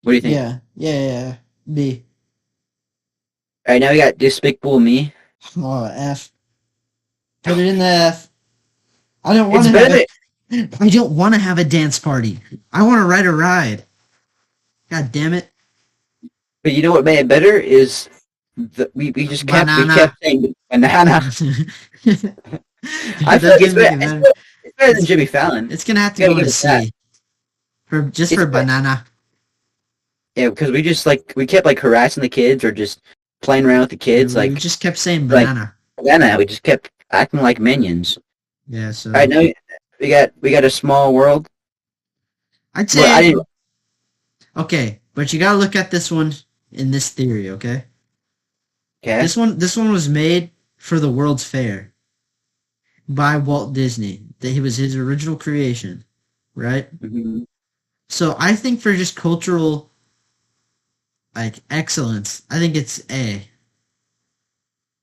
What do you think?
Yeah, yeah, yeah, yeah. B.
All right, now we got Despicable Me.
Oh, F. Put it in the F. I don't want
It's
to
better.
have
Than,
a, I don't want to have a dance party. I want to ride a ride. God damn it.
but you know what made it better is the, we we just kept
Banana.
we kept saying banana. I feel
That's
like it's better, it's
gonna make it better.
better- it's better than Jimmy Fallon.
It's gonna have to
Gotta
go
give
to
it that.
C. For just
It's
for
a-
banana.
Yeah, because we just like we kept like harassing the kids or just playing around with the kids.
we
Like
just kept saying
like-
banana.
banana, we just kept acting like minions.
yeah, so
All right, now we got we got a small world.
I'd say
Well, I didn't.
Okay, but you gotta look at this one in this theory, okay?
Okay.
This one this one was made for the World's Fair by Walt Disney. That he was his original creation, right? Mm-hmm.
Mhm.
So I think for just cultural like excellence, I think it's A.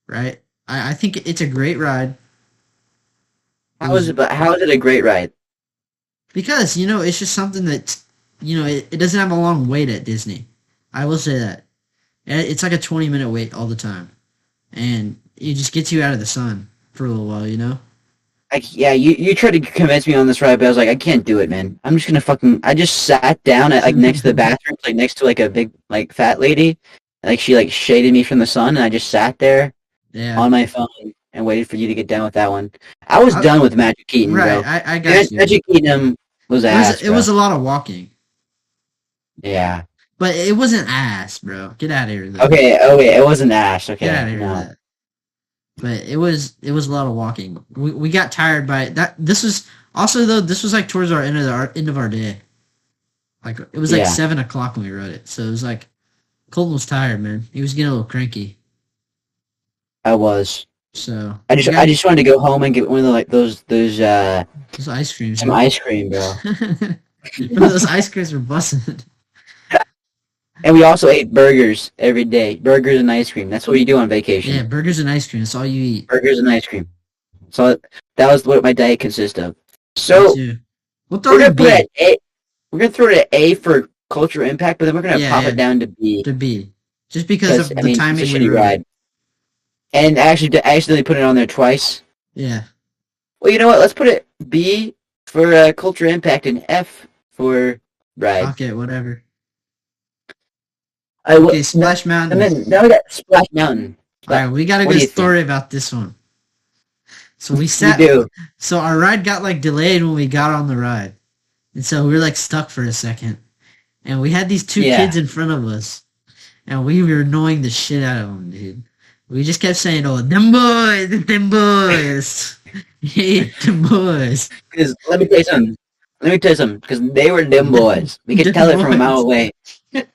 Right? I, I think it's a great ride
How is it? But how is it a great ride?
because you know it's just something that you know it, it doesn't have a long wait at Disney. I will say that And it's like a twenty minute wait all the time, and it just gets you out of the sun for a little while. You know,
I, yeah, you, you tried to convince me on this ride, but I was like, I can't do it, man. I'm just gonna fucking. I just sat down at like next to the bathroom, like next to like a big like fat lady, and, like she like shaded me from the sun, and I just sat there
yeah,
on my phone and waited for you to get done with that one. I was
I-
done with Magic Kingdom,
right.
bro.
I, I
Mag-
got you. It
Magic Kingdom was ass.
was, it was a lot of walking,
bro. yeah.
but it wasn't ass, bro. Get out of here. with that.
Okay. Oh wait, it wasn't ass. Okay.
Get out of here.
no.
with that. But it was it was a lot of walking. We we got tired by it. that. This was also though this was like towards our end of the our, end of our day. Like it was like
Yeah.
seven o'clock when we rode it, so it was like Colton was tired, man. He was getting a little cranky.
I was.
So
I just
we got
I just wanted to go home and get one of the, like those those uh
those ice creams.
some ice cream, bro.
those ice creams were busted.
And we also ate burgers every day. Burgers and ice cream. That's what you do on vacation.
Yeah, burgers and ice cream. That's all you eat.
Burgers and ice cream. So that was what my diet consists of.
Me
So
too. We'll throw
we're
it
gonna put it
B
at A. We're gonna throw it at A for cultural impact, but then we're gonna
Yeah,
pop
yeah.
it down to B
to B, just because
because
of the
I mean
timing
it's a
we
shitty
rode it.
ride. And actually, to accidentally put it on there twice.
Yeah,
Well, you know what? Let's put it B for uh, cultural impact and F for ride.
okay, whatever.
I w-
Okay, Splash Mountain.
and then now we got Splash Mountain.
All right, we got a
What do
good
you think?
story about this one. So we
We
sat.
do.
So our ride got like delayed when we got on the ride, and so we were like stuck for a second, and we had these two
Yeah.
kids in front of us, and we were annoying the shit out of them, dude. We just kept saying, "Oh, them boys, them boys, yeah, them boys."
Because let me tell you something. Let me tell you something. Because they were dim boys. We could
Dim
tell it from a
boys.
mile away.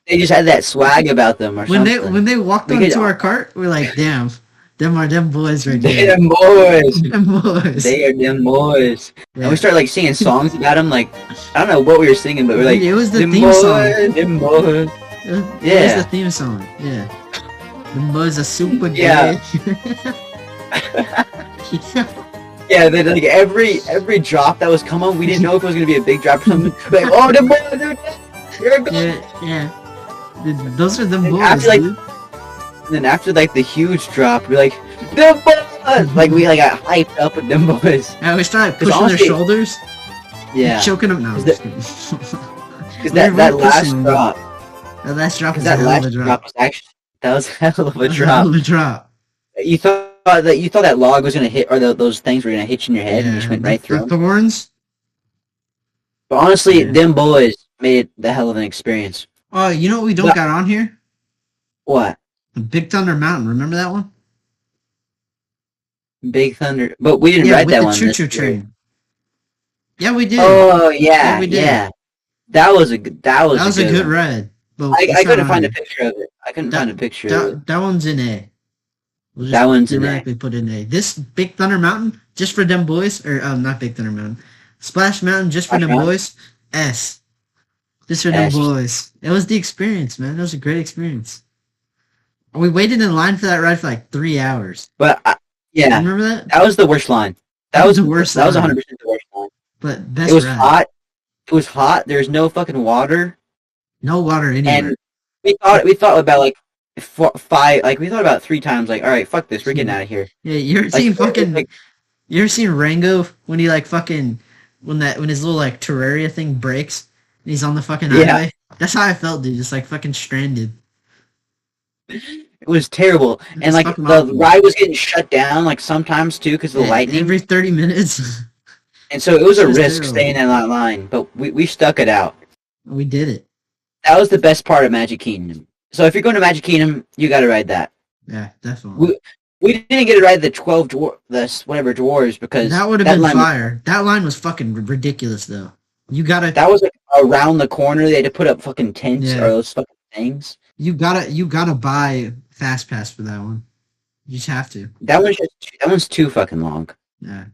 They just had that swag about them or
When they
something.
when they walked
We
onto
could-
our cart, we're like, "Damn, them are them boys right
they
there,
are boys.
them boys."
They are dim boys.
Yeah.
And we started like singing songs about them. Like I don't know what we were singing, but we were like
it was the
dim
theme song.
boys, dim boys.
Yeah.
Yeah.
That's the theme song. Yeah. The Mo's a super
Yeah.
gay. Yeah.
Yeah, then like every every drop that was coming, we didn't know if it was gonna be a big drop or something. Like oh, dim boys, they're dead. Here it goes.
yeah. Yeah. Th- Those are the
And
boys,
after, like-
dude.
And then after like the huge drop, we're like dim boys. Like we like got hyped up with dim boys.
I always started
'Cause
pushing
honestly-
their shoulders,
Yeah.
choking them. No, I'm
'Cause
just kidding.
Because that,
We
that
were
last
pushing them.
drop,
That last drop
because
was
that
a hell
last
of a
drop.
drop.
was actually that was a hell of a
That was hell
drop.
of a drop.
You thought that you thought that log was gonna hit, or tho- those things were gonna hit you in your head, and you just went
the-
right
the
through. 'em.
thorns.
But honestly,
Yeah.
them boys made it the hell of an experience.
Oh, you know what we don't
Yeah.
got on here?
What
Big Thunder Mountain. Remember that one?
big thunder? But we didn't ride
with
that
the
one.
choo
this
choo
year.
train. Yeah, we did.
Oh yeah,
Yeah, we did.
yeah. That was a good. That was
that was
a good. one.
ride. But
I,
it's
I
not
couldn't
on
find a
here.
picture of it. I couldn't
That-
find a picture of it.
That, that one's in A. We'll just
That one's in A.
directly put in A. This Big Thunder Mountain, just for them boys, or um, not Big Thunder Mountain, Splash Mountain, just for
Splash
them
Mountain?
boys. S, just for them
S.
boys. It was the experience, man. It was a great experience. We waited in line for that ride for like three hours.
But I, yeah,
Remember that?
that was the worst line. That
That
was
was the worst
That was
line.
100 percent the worst line.
But best
it was
ride.
hot. It was hot. There was no fucking water,
No water anywhere.
and we thought we thought about like four, five, like we thought about three times. Like, all right, fuck this, we're getting out of here.
yeah, your
Like,
team Mm. fucking
like,
You ever seen Rango when he like fucking when that when his little like terraria thing breaks and he's on the fucking
Yeah.
highway? That's how I felt, dude. Just like fucking stranded.
It was terrible, and
It's
like
fucking
the
awful.
ride was getting shut down like sometimes too because of the
Yeah,
lightning,
E-, every thirty minutes.
and so it was a
It was
risk
terrible.
staying in that line. But we we stuck it out.
we did it.
That was the best part of Magic Kingdom. So if you're going to Magic Kingdom, you got to ride that.
Yeah, definitely.
We didn't get to ride the twelve dwar- the s- whatever dwarves because
that would have been
line was-
fire. that line was fucking r- ridiculous though. You gotta
that was like, around the corner. They had to put up fucking tents
Yeah.
or those fucking things.
you gotta you gotta buy fast pass for that one. You just have to.
That one's just that one's too fucking long.
Yeah.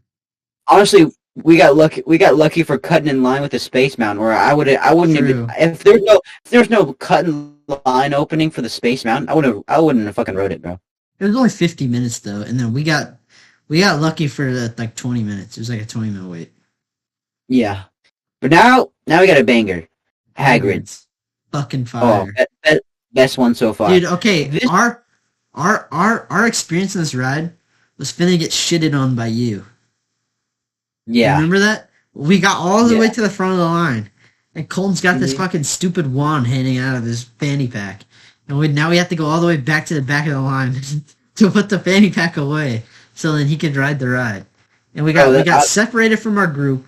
honestly, we got lucky. We got lucky for cutting in line with the Space Mountain, where I would I wouldn't
True.
even if there's no if there's no cutting line opening for the Space Mountain, I would have I wouldn't have fucking rode it, bro.
It was only fifty minutes though, and then we got we got lucky for the, like twenty minutes. It was like a twenty minute wait.
Yeah, but now now we got a banger, Hagrid.
Hagrid's fucking
Oh,
fire,
be, be- best one so far.
dude. Okay,
This-
our our our our experience in this ride was finna get shitted on by you.
yeah,
Remember that? We got all the
Yeah.
way to the front of the line, and Colton's got this
Mhm.
fucking stupid wand hanging out of his fanny pack, and we now we have to go all the way back to the back of the line to put the fanny pack away, so then he could ride the ride. And we got
Oh,
we
that-
got
I-
separated from our group.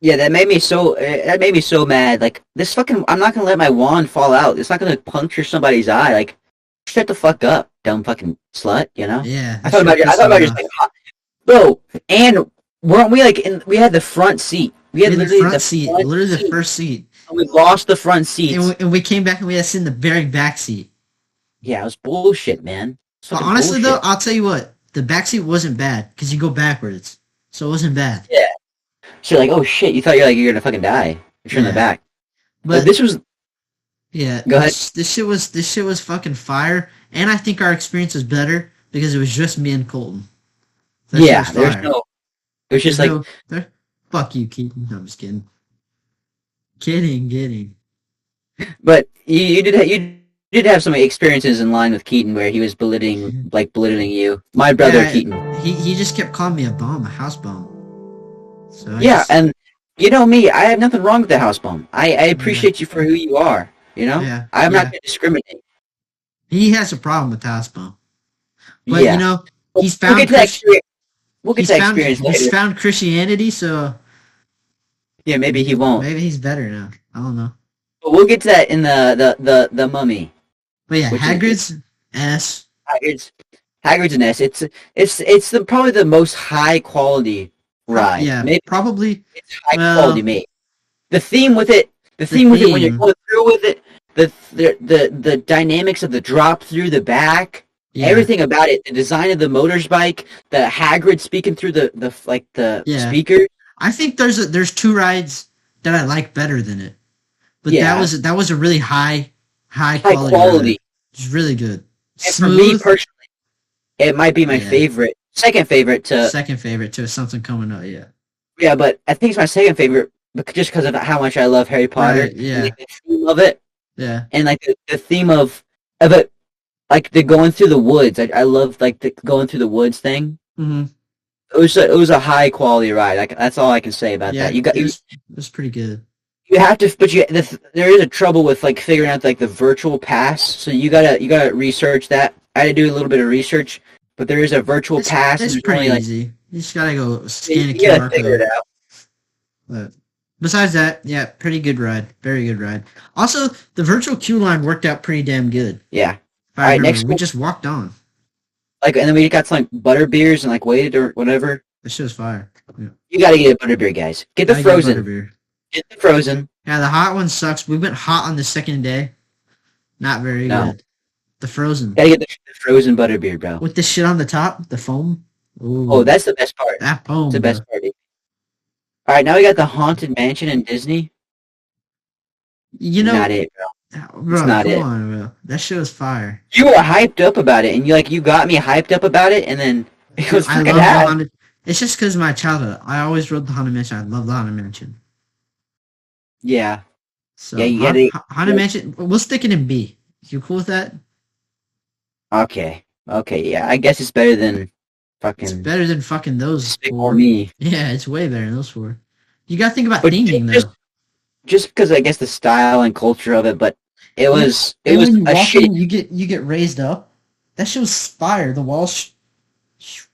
yeah, that made me so eh, that made me so mad. Like this fucking, I'm not gonna let my wand fall out. It's not gonna puncture somebody's eye. Like shut the fuck up, dumb fucking slut. You know.
Yeah,
I
that
thought
shit
about your, I
pissed
thought
me
about your
off.
like, hot- bro. And weren't we like in? We had the front seat. We had
in the
literally
front
the
seat,
front
literally the
seat.
first seat,
and we lost the front seats.
and we, and we came back and we had to sit in the very back seat.
yeah, it was bullshit, man. It's
But
fucking
honestly, though,
bullshit.
I'll tell you what, the backseat wasn't bad because you go backwards, so it wasn't bad.
so you're like, oh shit, you thought you're like you're gonna fucking die. You're in
Yeah.
the back. But,
But
this was
yeah,
Go ahead.
This, this shit was this shit was fucking fire, and I think our experience was better because it was just me and Colton. So that shit
yeah.
was
There's
fire.
no. It was just
There's
like
no- there- fuck you, Keaton. No, I'm just kidding. Kidding, kidding.
But you, you did ha- you did have some experiences in line with Keaton where he was belittling like belittling you, my brother
Mm-hmm. Yeah,
Keaton.
He he just kept calling me a bomb, a house bomb. So I
Yeah,
just-
and you know me, I have nothing wrong with the house bomb. I, I appreciate you for who you are. You know,
yeah,
I'm
yeah.
not gonna discriminate.
He has a problem with the house bomb, but
yeah,
you know
We'll-
he's
We'll
found
get to that
Chris-
experience. We'll get
he's
to that
found
experience
he's
later.
found Christianity, so
Yeah, maybe he won't.
maybe he's better now. I don't know.
But we'll get to that in the the the, the mummy.
But yeah,
Which is-
Hagrid's ass.
Hagrid's Hagrid's nest. It's it's it's the probably the most high quality ride.
Yeah,
maybe
probably.
high
Well-
quality mate. The theme with it, the theme with it when you're
theme.
going through with it, the the the, the dynamics of the drop through the back,
Yeah,
everything about it, the design of the motors bike, the Hagrid speaking through the the like the
Yeah.
speaker.
I think there's a, there's two rides that I like better than it, but
Yeah.
that was that was a really high high
High
quality.
quality.
ride. It's really good.
And for me
Smooth.
personally, it might be my
Yeah.
favorite, second favorite to
second favorite to something coming up. Yeah.
yeah, but I think it's my second favorite, bec- just because of how much I love Harry Potter.
Right, yeah.
and, like, the theme of it
Yeah.
and like the, the theme of of it, like the going through the woods. I I love like the going through the woods thing.
hmm
It was a, it was a high quality ride. Like that's all I can say about
Yeah.
that. You got
it
you,
was, it was pretty good.
you have to, but you the, th- there is a trouble with like figuring out like the virtual pass. So you gotta you gotta research that. I had to do a little bit of research, but there is a virtual
It's,
pass.
it's
and there's
pretty
only, like,
easy. You just gotta go scan a
you gotta
QR
figure
code.
it out.
But besides that, yeah, pretty good ride. Very good ride. Also, the virtual queue line worked out pretty damn good. if
Yeah.
I
All right,
remember.
next
we
one.
just walked on.
like and then we got some like butter beers and like waited or whatever.
This shit was fire. Yeah.
You gotta get a butter beer, guys. Get the
I get
frozen.
butterbeer.
Get the frozen.
Yeah, the hot one sucks. We went hot on the second day. Not very
No.
good. The frozen
Gotta get the, the frozen butter beer, bro.
with the shit on the top, the foam. Ooh,
Oh, that's the best part.
that foam.
That's the
bro.
best part. All right, now we got the haunted mansion in Disney.
You know,
not it. Bro.
bro,
not
come
it.
on, bro. That shit was fire.
You were hyped up about it, and you like you got me hyped up about it, and then it was
I
fucking
love the
ass.
haunted. It's just because my childhood. I always rode the haunted mansion. I love the haunted mansion.
Yeah,
So
Yeah, you
Hon-
gotta-
Hon- Haunted Mansion. We'll stick it in B. You cool with that?
Okay. Okay. Yeah. I guess it's better than
It's
Fucking
better than fucking those
spit
four.
on me.
Yeah, it's way better than those four. You gotta think about
But
theming
just-
though.
Just because I guess the style and culture of it, but it was it
And
was
when you
a
walk
shit.
in, You get you get raised up. That shit was fire. The walls. sh- sh-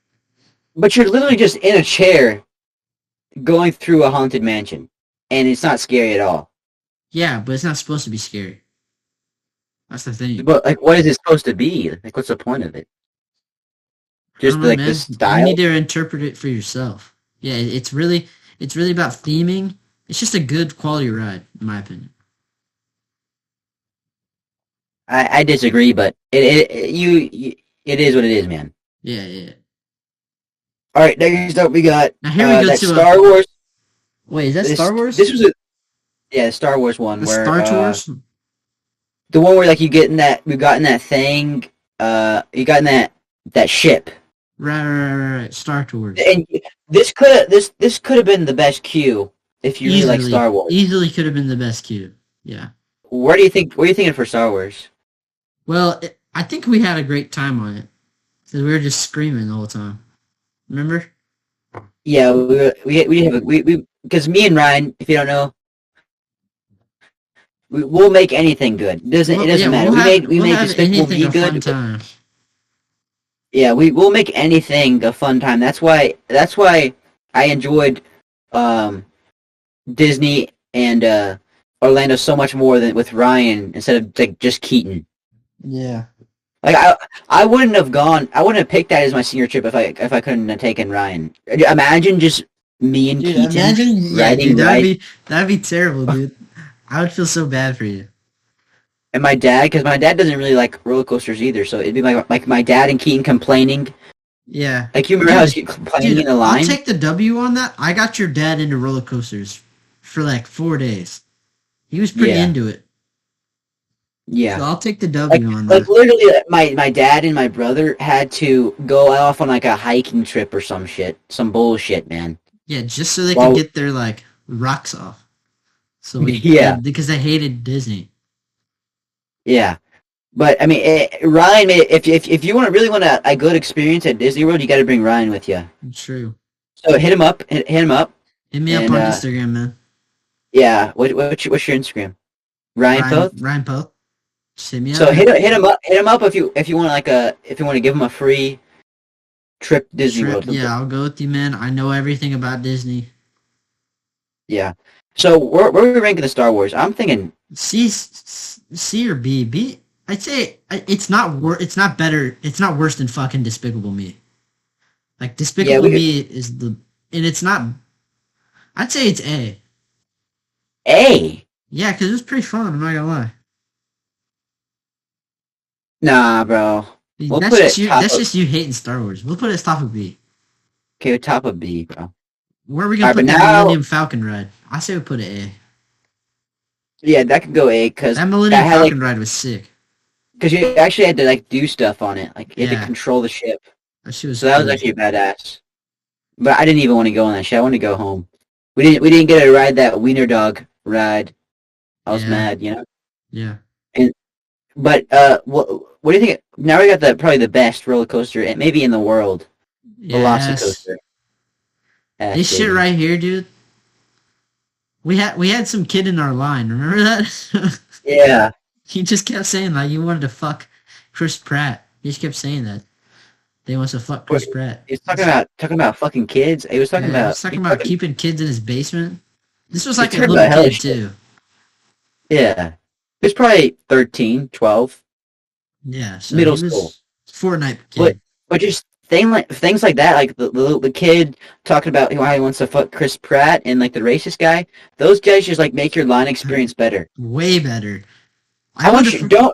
But you're literally just in a chair, going through a haunted mansion, and it's not scary at all.
Yeah, but it's not supposed to be scary. That's the thing.
But like, what is it supposed to be? Like, what's the point of it? Just
I don't
like
know,
the
man.
style.
You need to interpret it for yourself. Yeah, it- it's really it's really about theming. It's just a good quality ride, in my opinion.
I, I disagree, but it, it, it you, you it is what it is, man.
Yeah, yeah.
All right, next up we got
Now here
uh,
we go
that
to
Star
a,
Wars.
wait, is that
this,
Star Wars?
This was a yeah, the Star Wars one
the
where
Star
uh,
Tours.
the one where like you get in that we got in that thing, uh, you got in that that ship,
Right, right, right, right. Star Tours.
and this could this this could have been the best cue if you really like
Easily. E
Star Wars.
Easily could have been the best cue. Yeah.
Where do you think? What are you thinking for Star Wars?
Well, it, I think we had a great time on it because we were just screaming the whole time. Remember?
Yeah, we were- we we have a, we we because me and Ryan, if you don't know, we, we'll make anything good. Doesn't
Well,
it doesn't
yeah,
matter?
We'll
we
have,
made we
we'll
made
have
Despicable
anything
Me
a
good.
fun
but-
time.
Yeah, we we'll make anything a fun time. That's why that's why I enjoyed um Disney and uh Orlando so much more than with Ryan instead of like just Keaton.
Yeah.
Like I, I wouldn't have gone. I wouldn't have picked that as my senior trip if I if I couldn't have taken Ryan. Imagine just me and
Dude,
Keaton.
imagine, yeah,
riding
dude, that'd
right-
be that'd be terrible, dude. I would feel so bad for you.
and my dad, because my dad doesn't really like roller coasters either. So it'd be like like my dad and Keaton complaining.
Yeah,
Like you remember how I was complaining
dude,
in the line?
I'll take the W on that. I got your dad into roller coasters for like four days. He was pretty
Yeah.
into it.
yeah.
So I'll take the
Like,
W on
like
that.
literally, like, my my dad and my brother had to go off on like a hiking trip or some shit, some bullshit, man.
Yeah, just so they
Well-
could get their like rocks off. So we,
Yeah.
because they hated Disney.
Yeah, but I mean, eh, Ryan, made, if if if you want to really want a, a good experience at Disney World, you got to bring Ryan with you.
True.
So hit him up. Hit, hit him up.
Hit me
And,
up on
uh,
Instagram, man.
Yeah. What, what's your- what's your Instagram? Ryan Poth.
Ryan Poth. Just hit me
So
up.
hit hit him up. Hit him up if you if you want like a if you want to give him a free trip to Disney
Trip,
World.
yeah, I'll go with you, man. I know everything about Disney.
Yeah. So where where are we ranking the Star Wars? I'm thinking
C, C C or B. B. I'd say I- it's not wor- It's not better. It's not worse than fucking Despicable Me. Like Despicable
we could-
Me is the, and it's not. I'd say it's A.
A.
Yeah, because it was pretty fun. I'm not gonna lie.
Nah, bro. We'll
that's
put it
just you.
top
That's
of-
just you hating Star Wars. We'll put it as top of B.
Okay, top of B, bro.
Where are we gonna
Alright,
put
but
that
now-
Millennium Falcon ride? I say we put it
Yeah, that could go A
A.
because
That Millennium
had, like-
Falcon ride was sick.
because you actually had to like do stuff on it, like you had
Yeah.
to control the ship.
That shit was.
So that was
cool.
actually badass. But I didn't even want to go on that shit. I wanted to go home. We didn't we didn't get to ride that wiener dog ride. I was
Yeah.
mad, you know.
Yeah.
But uh, what what do you think? Now we got the probably the best roller coaster, and maybe in the world,
Yes.
Velocicoaster. Yes,
This shit
baby.
right here, dude. We had we had some kid in our line. Remember that?
Yeah,
he just kept saying like you wanted to fuck Chris Pratt. He just kept saying that. They wants to fuck Chris Pratt.
he was talking about talking about fucking kids. He was talking
Yeah,
about
he's talking about keeping kids in his basement. This was like a
He's talking
little
about hella
kid
shit.
too.
yeah. He was probably 13, 12.
Yeah, so
Middle
he was
school.
Fortnite kid.
What- But just thing like things like that, like the, the the kid talking about why he wants to fuck Chris Pratt and like the racist guy. Those guys just like make your line experience better.
Way better.
I want
wonder
you
if-
don't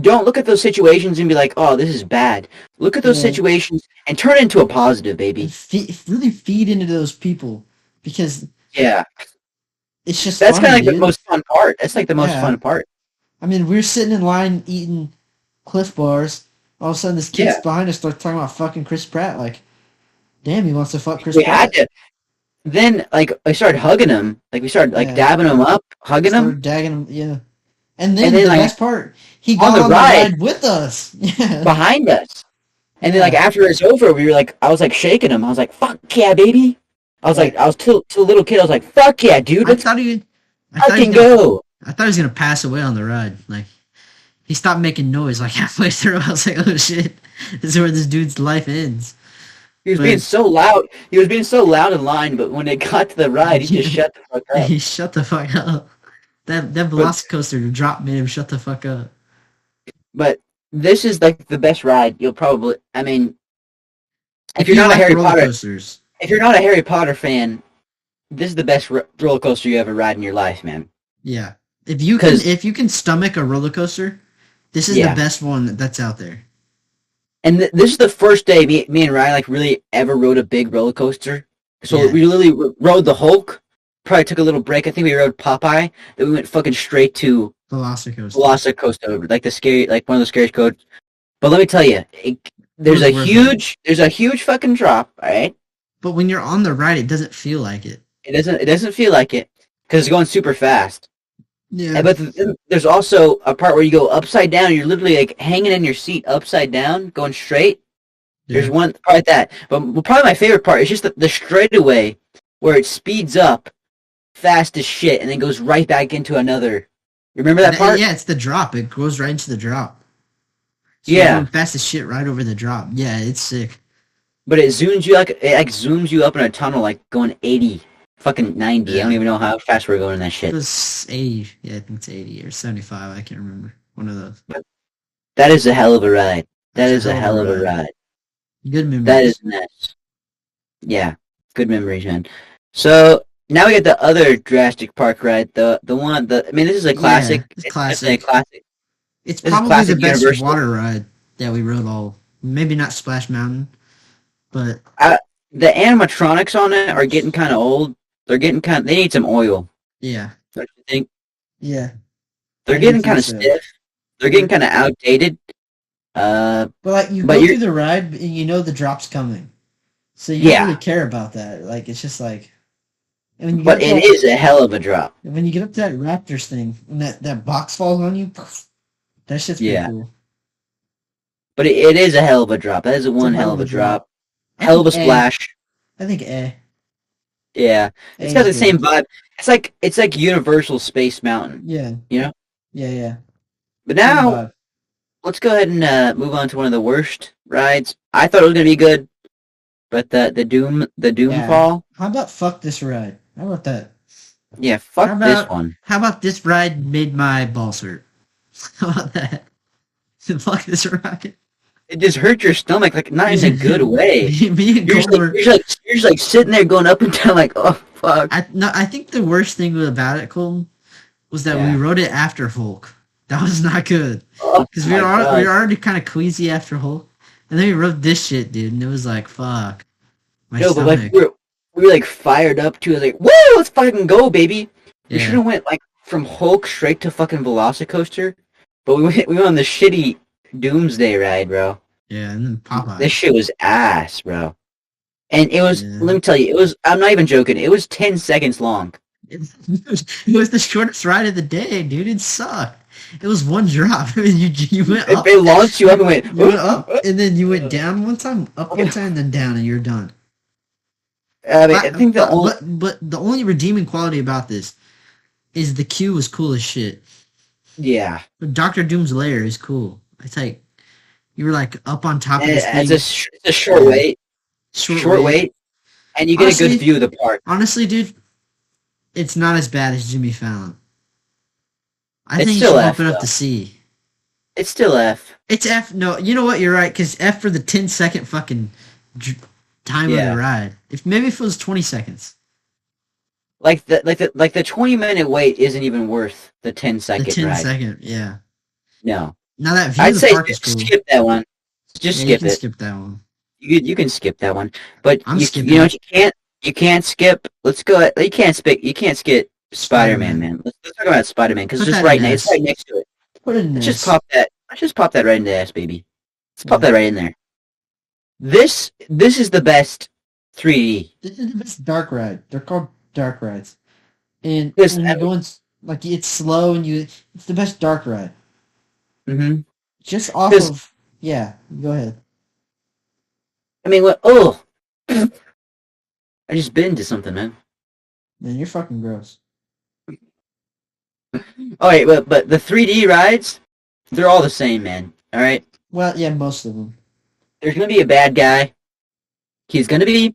don't look at those situations and be like, oh, this is bad. Look at those
Yeah.
situations and turn it into a positive, baby.
fe- really feed into those people because
Yeah,
it's just
that's
funny,
kind of like the
dude.
most fun part. That's like the most
Yeah.
fun part.
I mean, we were sitting in line eating Cliff Bars. All of a sudden, this kid's
Yeah.
behind us starts talking about fucking Chris Pratt. Like, damn, he wants to fuck Chris
We had
Pratt.
to. Then like I started hugging him, like we started like
Yeah.
dabbing him up, hugging him.
Started dagging him, yeah. And then,
And then,
the
like,
best part, he
on
got
the
on
ride-
the ride with us. Yeah.
behind us. And then like after it's over, we were like, I was like shaking him. I was like, "Fuck yeah, baby!" I was like, I was still still a little kid. I was like, "Fuck yeah, dude,
I
let's
thought he, I thought he
fucking
was gonna,
go!"
I thought he was gonna pass away on the ride. Like he stopped making noise like halfway through. I was like, oh shit, this is where this dude's life ends.
He was being
Right.
so loud. He was being so loud in line, but when it got to the ride, he just shut the fuck up.
he shut the fuck up. That that Velocicoaster drop made him shut the fuck up.
But this is like the best ride you'll probably. I mean, if you're
You
not
like
a Harry
roller
Potter,
coasters.
if you're not a Harry Potter fan, this is the best ro- roller coaster you ever ride in your life, man.
Yeah. If you can
'Cause-
if you can stomach a roller coaster, this is
Yeah.
the best one that's out there.
And th- this is the first day me, me and Ryan like really ever rode a big roller coaster. So
Yeah.
we literally r- rode the Hulk. Probably took a little break. I think we rode Popeye. Then we went fucking straight to
Velocicoaster.
Velocicoaster, like the scary, like one of the scariest codes. But let me tell you, it, there's
It
a
was worth it.
huge, there's a huge fucking drop. All right,
but when you're on the ride, it doesn't feel like it.
it doesn't, it doesn't feel like it because it's going super fast.
Yeah.
And- But th- then there's also a part where you go upside down. You're literally like hanging in your seat upside down, going straight. There's one part like that, but m- probably my favorite part is just the, the straightaway where it speeds up fast as shit and then goes right back into another. You Remember that
And-
part?
Yeah, it's the drop. It goes right into the drop. So
Yeah.
You're going fast as shit right over the drop. Yeah, it's sick.
But it zooms you like it like zooms you up in a tunnel like going 80, fucking 90. I don't even know how fast we're going in that
It
shit.
was 80. Yeah, I think it's 80 or 75. I can't remember. One of those.
That is a hell of a ride. That is a hell of a ride.
Good memory.
That is nuts. Yeah, good memories, man. So now we got the other Jurassic Park ride. The the one the I mean this is a
Yeah,
classic.
it's
definitely a
classic.
classic.
It's
This is
probably the
classic
best
Universal.
water ride that we rode all. Maybe not Splash Mountain, but
the animatronics on it are getting kind of old. They're getting kind. Of, they need some oil.
yeah.
Don't you think?
Yeah.
They're
I do
getting
think
kind of
so.
stiff. They're getting kind of outdated. Uh,
But like you
But
go
you're-
through the ride but you know the drop's coming. So you
Yeah.
don't really care about that. Like it's just like and when you
but
get up
it
to
is a hell of a drop.
that, when you get up to that Raptors thing and that, that box falls on you, that shit's pretty
Yeah.
cool.
But it, it is a hell of a drop. That is one hell of a drop. Hell of a
I think
splash.
I think eh.
Yeah, it's
Eh
got the
is
same vibe.
good.
It's like it's like Universal Space Mountain.
Yeah.
you know?
Yeah, yeah.
But
Same
now
vibe.
let's go ahead and uh, move on to one of the worst rides. I thought it was gonna be good, but the the Doom the
Yeah.
Doomfall.
How about fuck this ride? How about that?
Yeah, fuck
How
this
about-
one.
How about this ride made my balls hurt? How about that? fuck this ride.
it just hurt your stomach like not in a good way.
Me and
You're just,
Cole
like,
were
you're, just like, you're just like sitting there going up and down like oh fuck.
I no, I think the worst thing about it, Colton, was that
Yeah.
we wrote it after Hulk. That was not good
Oh,
because we
my
were al- we
God.
were already kind of queasy after Hulk, and then we wrote this shit, dude, and it was like fuck. My
no, but
stomach.
like we were, we were like fired up too. I was like whoa, let's fucking go, baby. We
Yeah.
should have went like from Hulk straight to fucking Velocicoaster, but we went we went on the shitty Doomsday ride, bro.
yeah, and then Popeye.
This shit was ass, bro. And it was
Yeah.
let me tell you, it was I'm not even joking. It was ten seconds long.
it, was, it was the shortest ride of the day, dude. It sucked. It was one drop. I mean, you you went
They,
up,
they launched you up and went,
Uh, you went up, and then you went down one time, up one
Yeah.
time, then down, and you're done.
I, mean, I
But-
think the
but,
only
but, but the only redeeming quality about this is the queue was cool as shit.
yeah.
Doctor Doom's lair is cool. It's like you were like up on top of
And
this
it's
thing,
a, sh- it's a short wait, short, wait. and you get a
Honestly-
good view of the park.
Honestly, dude, it's not as bad as Jimmy Fallon. I
It's
think you
still
should
F,
open up
though.
to C.
It's still F.
It's F. No, you know what? You're right. Cause F for the 10 second fucking j- time of
Yeah.
the ride. If maybe if it was 20 seconds,
Like the like the like the twenty minute wait isn't even worth the 10
the
second
10
ride.
second, yeah.
No,
Now that view
I'd
of the
say
park is
just
cool.
skip that one. Just
Yeah, you
skip
can
it.
skip that one.
You you can skip that one, but
I'm
you,
skipping
you know
it.
what you can't you can't skip. Let's go. You can't skip. You can't skip Spider Man,
Spider-Man.
man. Let's, let's talk about Spider Man because
Put
it's just
that
right
in
next. It's
S.
right next to it.
What a
Let's
just
just pop that. Let's just pop that right in the ass, baby. Let's pop
Yeah.
that right in there. This this is the best 3D.
This is the best dark ride. They're called dark rides, and
Yes,
when
I-
you're going s- like it's slow and you. It's the best dark ride.
Mm-hmm.
Just off
Yes.
of yeah. Go ahead.
I mean, what? Oh, I just been to something, man.
Man, you're fucking gross.
All right, but but the 3D rides, they're all the same, man. All right,
Well, yeah, most of them.
there's gonna be a bad guy. He's gonna be,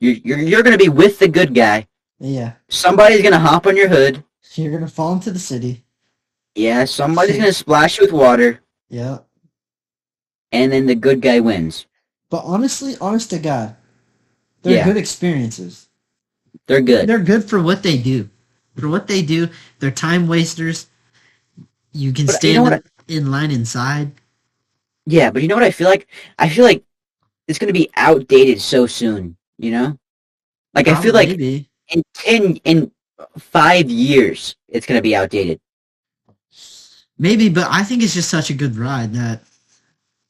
you're you're, you're gonna be with the good guy.
Yeah,
Somebody's gonna hop on your hood.
you're gonna fall into the city.
Yeah, somebody's gonna splash you with water,
Yeah,
and then the good guy wins.
but honestly, honest to God, they're
Yeah.
good experiences.
They're good.
They're good for what they do. For what they do, they're time wasters. You can
But you
stand
know what
in line inside.
Yeah, but you know what I feel like? I feel like it's gonna be outdated so soon. You know, like I feel like
Maybe.
in ten in five years it's gonna be outdated.
Maybe, but I think it's just such a good ride that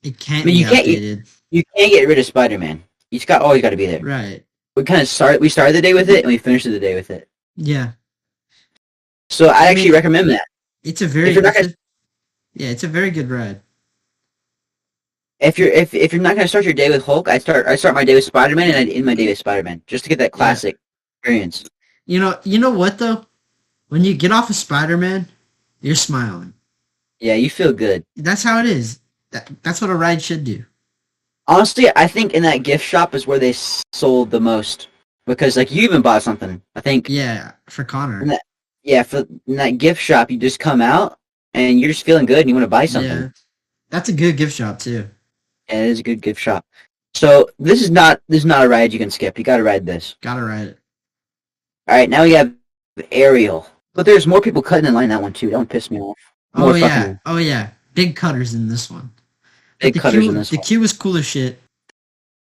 it can't
I mean,
be
you can't- you-
outdated.
You can't get rid of Spider Man. He's got always got to be there.
Right.
We kind of start we started the day with it and we finished the day with it.
Yeah.
So I
I
actually
mean-
recommend that.
It's a very
If you're not
it's
gonna-
a- Yeah, it's a very good ride.
If you're if, if you're not gonna start your day with Hulk, I start I start my day with Spider Man and I end my day with Spider Man just to get that classic experience.
You know you know what though? When you get off of Spider Man, you're smiling.
Yeah, you feel good.
That's how it is. That, that's what a ride should do.
Honestly, I think in that gift shop is where they s- sold the most because like you even bought something. I think
Yeah, for Connor.
And that- yeah, for in that gift shop you just come out and you're just feeling good and you want to buy something.
Yeah. That's a good gift shop too.
Yeah, it is a good gift shop. So this is not this is not a ride you can skip. You got to ride this.
Gotta ride it.
All right, now we have Ariel, but there's more people cutting in line that one too. That one pissed me off.
Oh
More
yeah.
fucking
Oh yeah. Big cutters in this one.
big
the
cutters
queue,
in this.
The
one.
queue is cool as shit.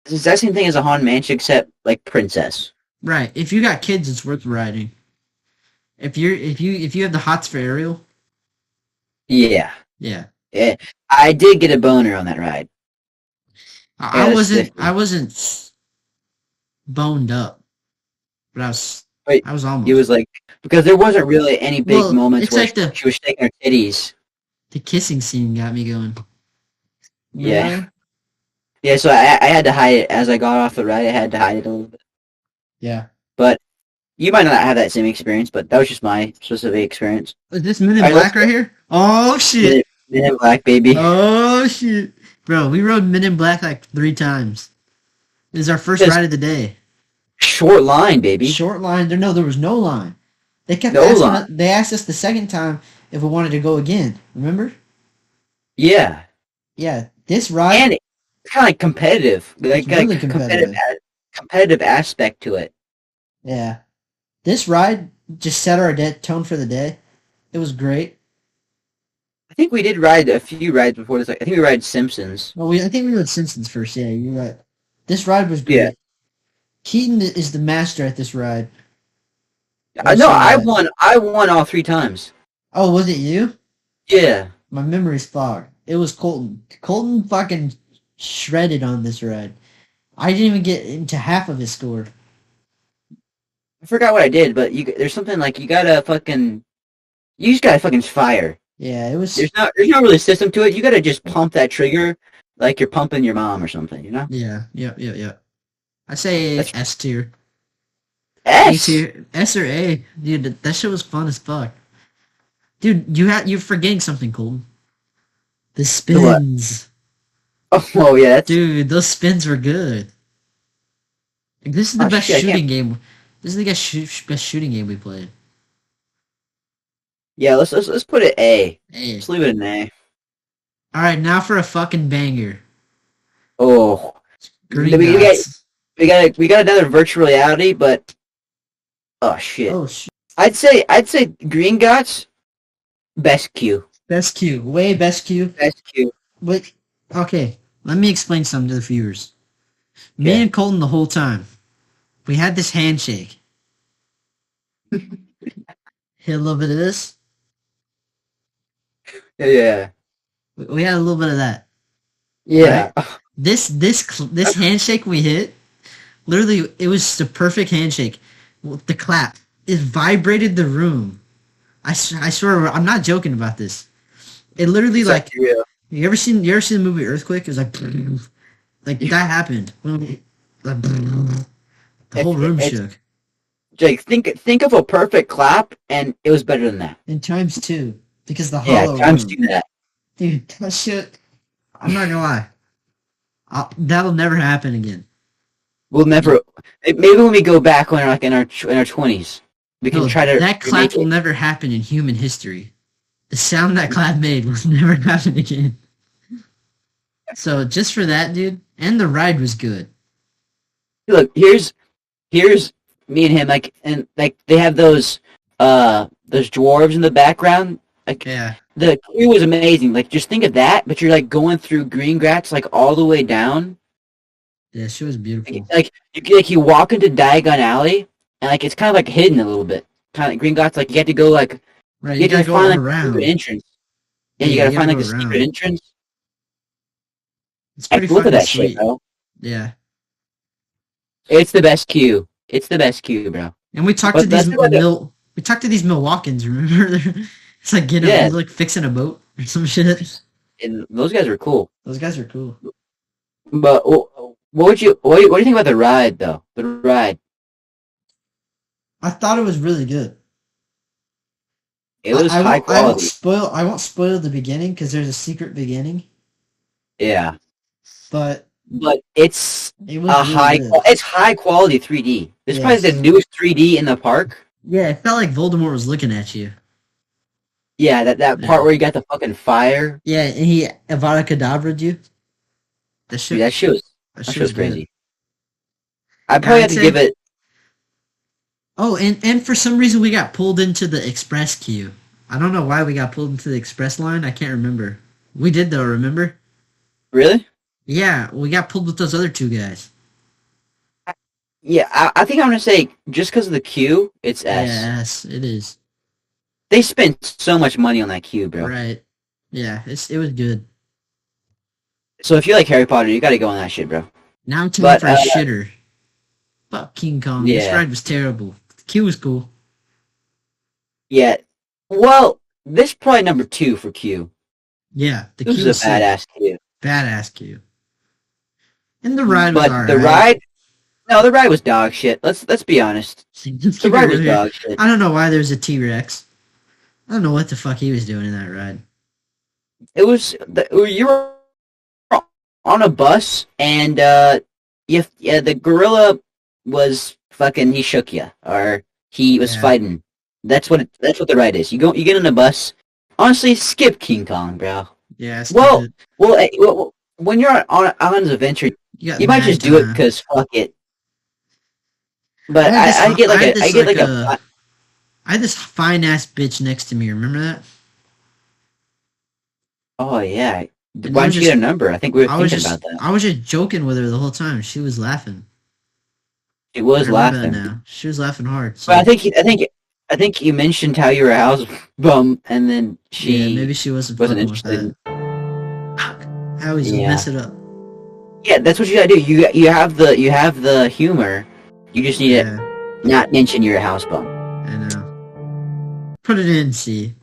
It's the exact same thing as a Haunted Mansion, except like princess.
Right. If you got kids, it's worth riding. If you're if you if you have the hots for aerial,
Yeah,
yeah.
Eh, I did get a boner on that ride. Yeah,
I, I
that's
wasn't
different.
I wasn't boned up, but I was
Wait,
I was almost.
It was like because there wasn't really any big
Well,
moments
it's
where
like the-
she was shaking her titties.
the kissing scene got me going. You
Yeah.
know?
Yeah, so I, I had to hide it as I got off the ride. I had to hide it a little bit.
Yeah.
You might not have that same experience, but that was just my specific experience.
Is this Men in
Alright, let's
Black right here? Oh shit.
Men Men in Black, baby.
Oh shit, bro! We rode Men in Black like three times. It was our first
Yes.
ride of the day.
Short line, baby.
Short line. There, no, there was no line. They kept
No
asking.
line.
They asked us the second time if we wanted to go again. Remember?
Yeah,
Yeah, this ride.
and it's kind of like competitive, like,
really
like
competitive.
competitive, a- competitive aspect to it.
yeah, this ride just set our de- tone for the day. It was great.
I think we did ride a few rides before this. Like, I think we ride Simpsons.
Well, we I think we rode Simpsons first. Yeah, you're right. This ride was great.
Yeah.
Keaton is the master at this ride.
Uh, no,
Awesome
I
ride.
won. I won all three times.
Oh, was it you?
Yeah,
My memory's fogged. It was Colton. Colton fucking shredded on this ride. I didn't even get into half of his score.
I forgot what I did, but you, there's something like you gotta fucking, you just gotta fucking fire.
Yeah, it was.
There's not, there's not really a system to it. You gotta just pump that trigger, like you're pumping your mom or something. You know?
Yeah, yeah, yeah, yeah. I say
That's-
S tier. A
S.
tier. S or A. Dude, that, that shit was fun as fuck. Dude, you had you're forgetting something, Colton. The
what?
spins.
Oh, oh yeah, that's
Dude, those spins were good. Like, this is the
Oh,
best
shit, I can't-
shooting game. This is the best, shoot, best shooting game we played.
yeah. Let's let's let's put it A.
Hey.
Let's leave it an A.
All right, now for a fucking banger.
Oh.
Green
Let me get-
Dots.
we got we got another virtual reality, but oh shit,
Oh shit!
I'd say I'd say Green Gots, best Q,
Best Q, way best Q.
best Q.
But okay, let me explain something to the viewers. Me
Okay.
and Colton the whole time, we had this handshake. had a little bit of this.
Yeah,
We- We had a little bit of that.
yeah.
This this cl- this handshake we hit, literally, it was the perfect handshake. With The clap, it vibrated the room. I, s- I swear, I'm not joking about this. It literally like
real.
You ever seen you ever seen the movie Earthquake? It was like the Like that happened. Like, the whole
It's-
room
it's-
shook.
Jake, think think of a perfect clap, and it was better than that.
And times two. Because the
Yeah,
hollow
times
room.
do that.
Dude, that shit. I'm not gonna lie. I'll, that'll never happen again.
We'll never. Maybe when we go back when we're like in our tw- in our twenties, we can
No,
try to
that
remake
clap
it.
will never happen in human history. The sound that clap made will never happen again. So just for that, dude, and the ride was good.
Look, here's here's me and him. Like and like they have those uh those dwarves in the background. Like
Yeah,
the queue was amazing. Like just think of that, but you're like going through green grass like all the way down.
yeah, she was beautiful.
Like you like you walk into Diagon Alley and like it's kind of like hidden a little bit. Kind of green grass like you have to go like
Right,
you,
you
gotta,
gotta go
find like the
around.
secret entrance. Yeah, you
Yeah,
gotta
you
find
gotta
like the
go
secret
around.
entrance.
It's
Like,
pretty
look at
fucking
that
sweet.
shit, bro.
Yeah,
It's the best queue. It's the best queue, bro.
and we talked
But
to these
that's what the-
Mil- we talked to these Milwaukeeans. Remember, it's like getting
Yeah.
a, like fixing a boat or some shit.
And those guys are cool.
Those guys are cool.
But wh- what would you what, do you- what do you think about the ride though? The ride.
I thought it was really good.
It was
I, I
high
won't, I won't
quality.
spoil. I won't spoil the beginning because there's a secret beginning.
Yeah,
But
but it's
it was
a
really
high.
good.
qual- It's high quality 3D. This is probably the newest 3D in the park.
Yeah, it felt like Voldemort was looking at you.
Yeah, that that
Yeah.
part where you got the fucking fire.
Yeah, and he Avada Kedavra'd you. That shit.
Dude, that shit was
that
that
shit
shit was
good.
crazy. I probably
I'd
have to
say-
give it.
Oh, and and for some reason we got pulled into the express queue. I don't know why we got pulled into the express line. I can't remember. We did though. Remember?
Really?
Yeah, we got pulled with those other two guys.
Yeah, I, I think I'm gonna say just because of the queue, it's S.
Yeah, S. It is
They spent so much money on that queue, bro.
right. Yeah, it's it was good.
So if you like Harry Potter, you gotta go on that shit, bro.
Now I'm
But,
time for a
uh,
shitter. Fuck King Kong. This
Yeah.
ride was terrible. The queue was cool.
Yeah. Well, this probably number two for Q.
Yeah, the
This
queue
is
was
a badass queue.
badass queue. And the ride was
but
alright.
the ride, no, the ride was dog shit. Let's let's be honest.
Let's
The
keep it
ride was
real.
dog shit.
I don't know why there's a T Rex. I don't know what the fuck he was doing in that ride.
It was the, you were on a bus and uh, if yeah, the gorilla was fucking he shook you or he was
Yeah.
fighting. That's what it, that's what the ride is. You go you get on a bus. Honestly, skip King Kong, bro.
Yeah. it's
Well,
good.
Well, eh, well, well, when you're on, on, on an adventure,
you, got
you might
mad
just do it
time.
because fuck it. But
I had
I,
this-
I, get like
I had
a, I
this
get like,
like
a,
a- I had this fine ass bitch next to me. Remember that?
oh yeah.
And
Why
I
don't
was
you
just-
get a number? I think we were
I was
thinking
just
about that.
I was just joking with her the whole time. She was laughing.
She was
I remember that
laughing,
Now. She was laughing hard. So
but I think I think I think you mentioned how you were a house bum, and then she
yeah, maybe she wasn't
wasn't
fucking with
interested. in-
that. Fuck. I always
Yeah.
mess it up.
Yeah, that's what you gotta do. You you have the you have the humor. You just need
yeah.
to not mention you're a house bum.
I know. Put it in, see.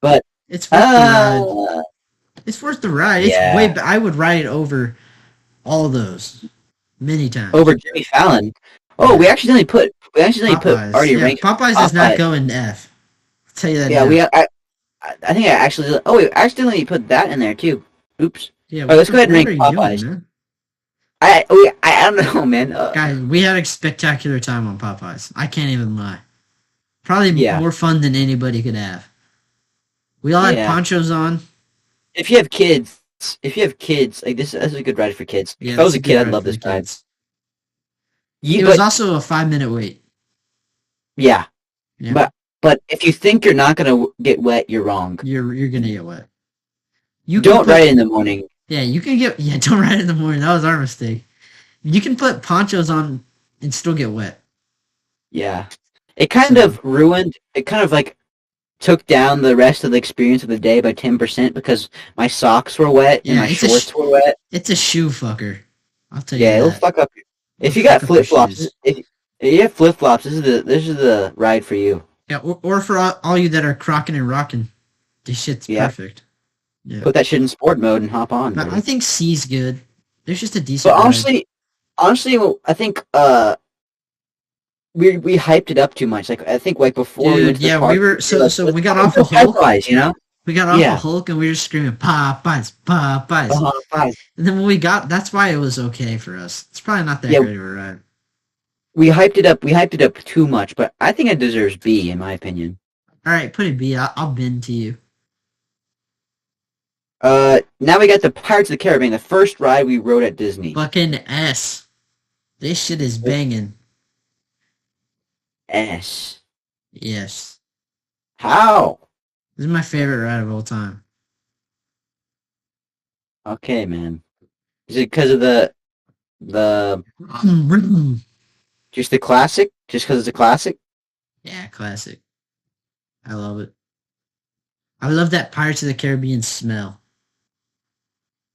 But,
it's worth the ride.
Uh,
It's worth the ride. It's
yeah.
way. b- I would ride it over all those many times.
over Jimmy Fallon. Oh, we accidentally put we accidentally put already
yeah,
ranked.
Popeyes does
Popeyes.
not go in F. I'll tell you that.
Yeah,
now.
we. I, I I think I actually. Oh, we accidentally put that in there too. Oops.
Yeah,
right, Oh, let's go ahead and
what
rank
are you
Popeyes.
man?
I. We, I, I don't know, man. Uh,
Guys, we had a spectacular time on Popeyes. I can't even lie. Probably
Yeah.
more fun than anybody could have. We all had
Yeah.
ponchos on.
if you have kids, if you have kids, like this, this is a good ride for kids.
Yeah,
if I was a
that's a
kid,
good
I'd
ride
love
for
this
the
ride.
kids.
You,
It
but,
was also a five minute wait.
yeah,
Yeah.
But- but if you think you're not gonna w- get wet, you're wrong.
You're you're gonna get wet.
You
You can
don't
put-
ride in the morning.
Yeah, you can get yeah. Don't ride in the morning. That was our mistake. You can put ponchos on and still get wet.
Yeah, it kind
So-
of ruined. It kind of like took down the rest of the experience of the day by ten percent because my socks were wet and
Yeah,
my
it's a sh-
shorts were wet.
It's a shoe fucker. I'll tell
Yeah,
you
it'll
that.
fuck up. your- If
It'll
you got
fuck up your
flip flops,
shoes.
if, if you have flip flops, this is the this is the ride for you.
Yeah, or, or for all, all you that are crocking and rocking, this shit's
Yeah.
perfect. Yeah,
Put that shit in sport mode and hop on.
but
dude.
I think C's good. There's just a decent.
But
guy.
honestly, honestly, well, I think uh, we we hyped it up too much. Like I think like before we
Dude,
went to the
yeah,
park,
we were- so-
like,
so
let's
we got
talk
off the
about
Hulk.
Popeyes, you know.
we got off
yeah.
of Hulk and we were screaming Popeyes, Popeyes.
Uh-huh, Popeyes.
And then when we got, that's why it was okay for us. It's probably not that
Yeah.
great of a ride.
We hyped it up. We hyped it up too much, but I think it deserves B in my opinion.
All right, put it B. I'll, I'll bend to you.
Uh, now we got the Pirates of the Caribbean, the first ride we rode at Disney.
Fucking S. This shit is banging.
S.
Yes.
How?
This is my favorite ride of all time.
Okay, man. Is it because of the the just the classic? Just because it's a classic?
yeah, classic. I love it. I love that Pirates of the Caribbean smell.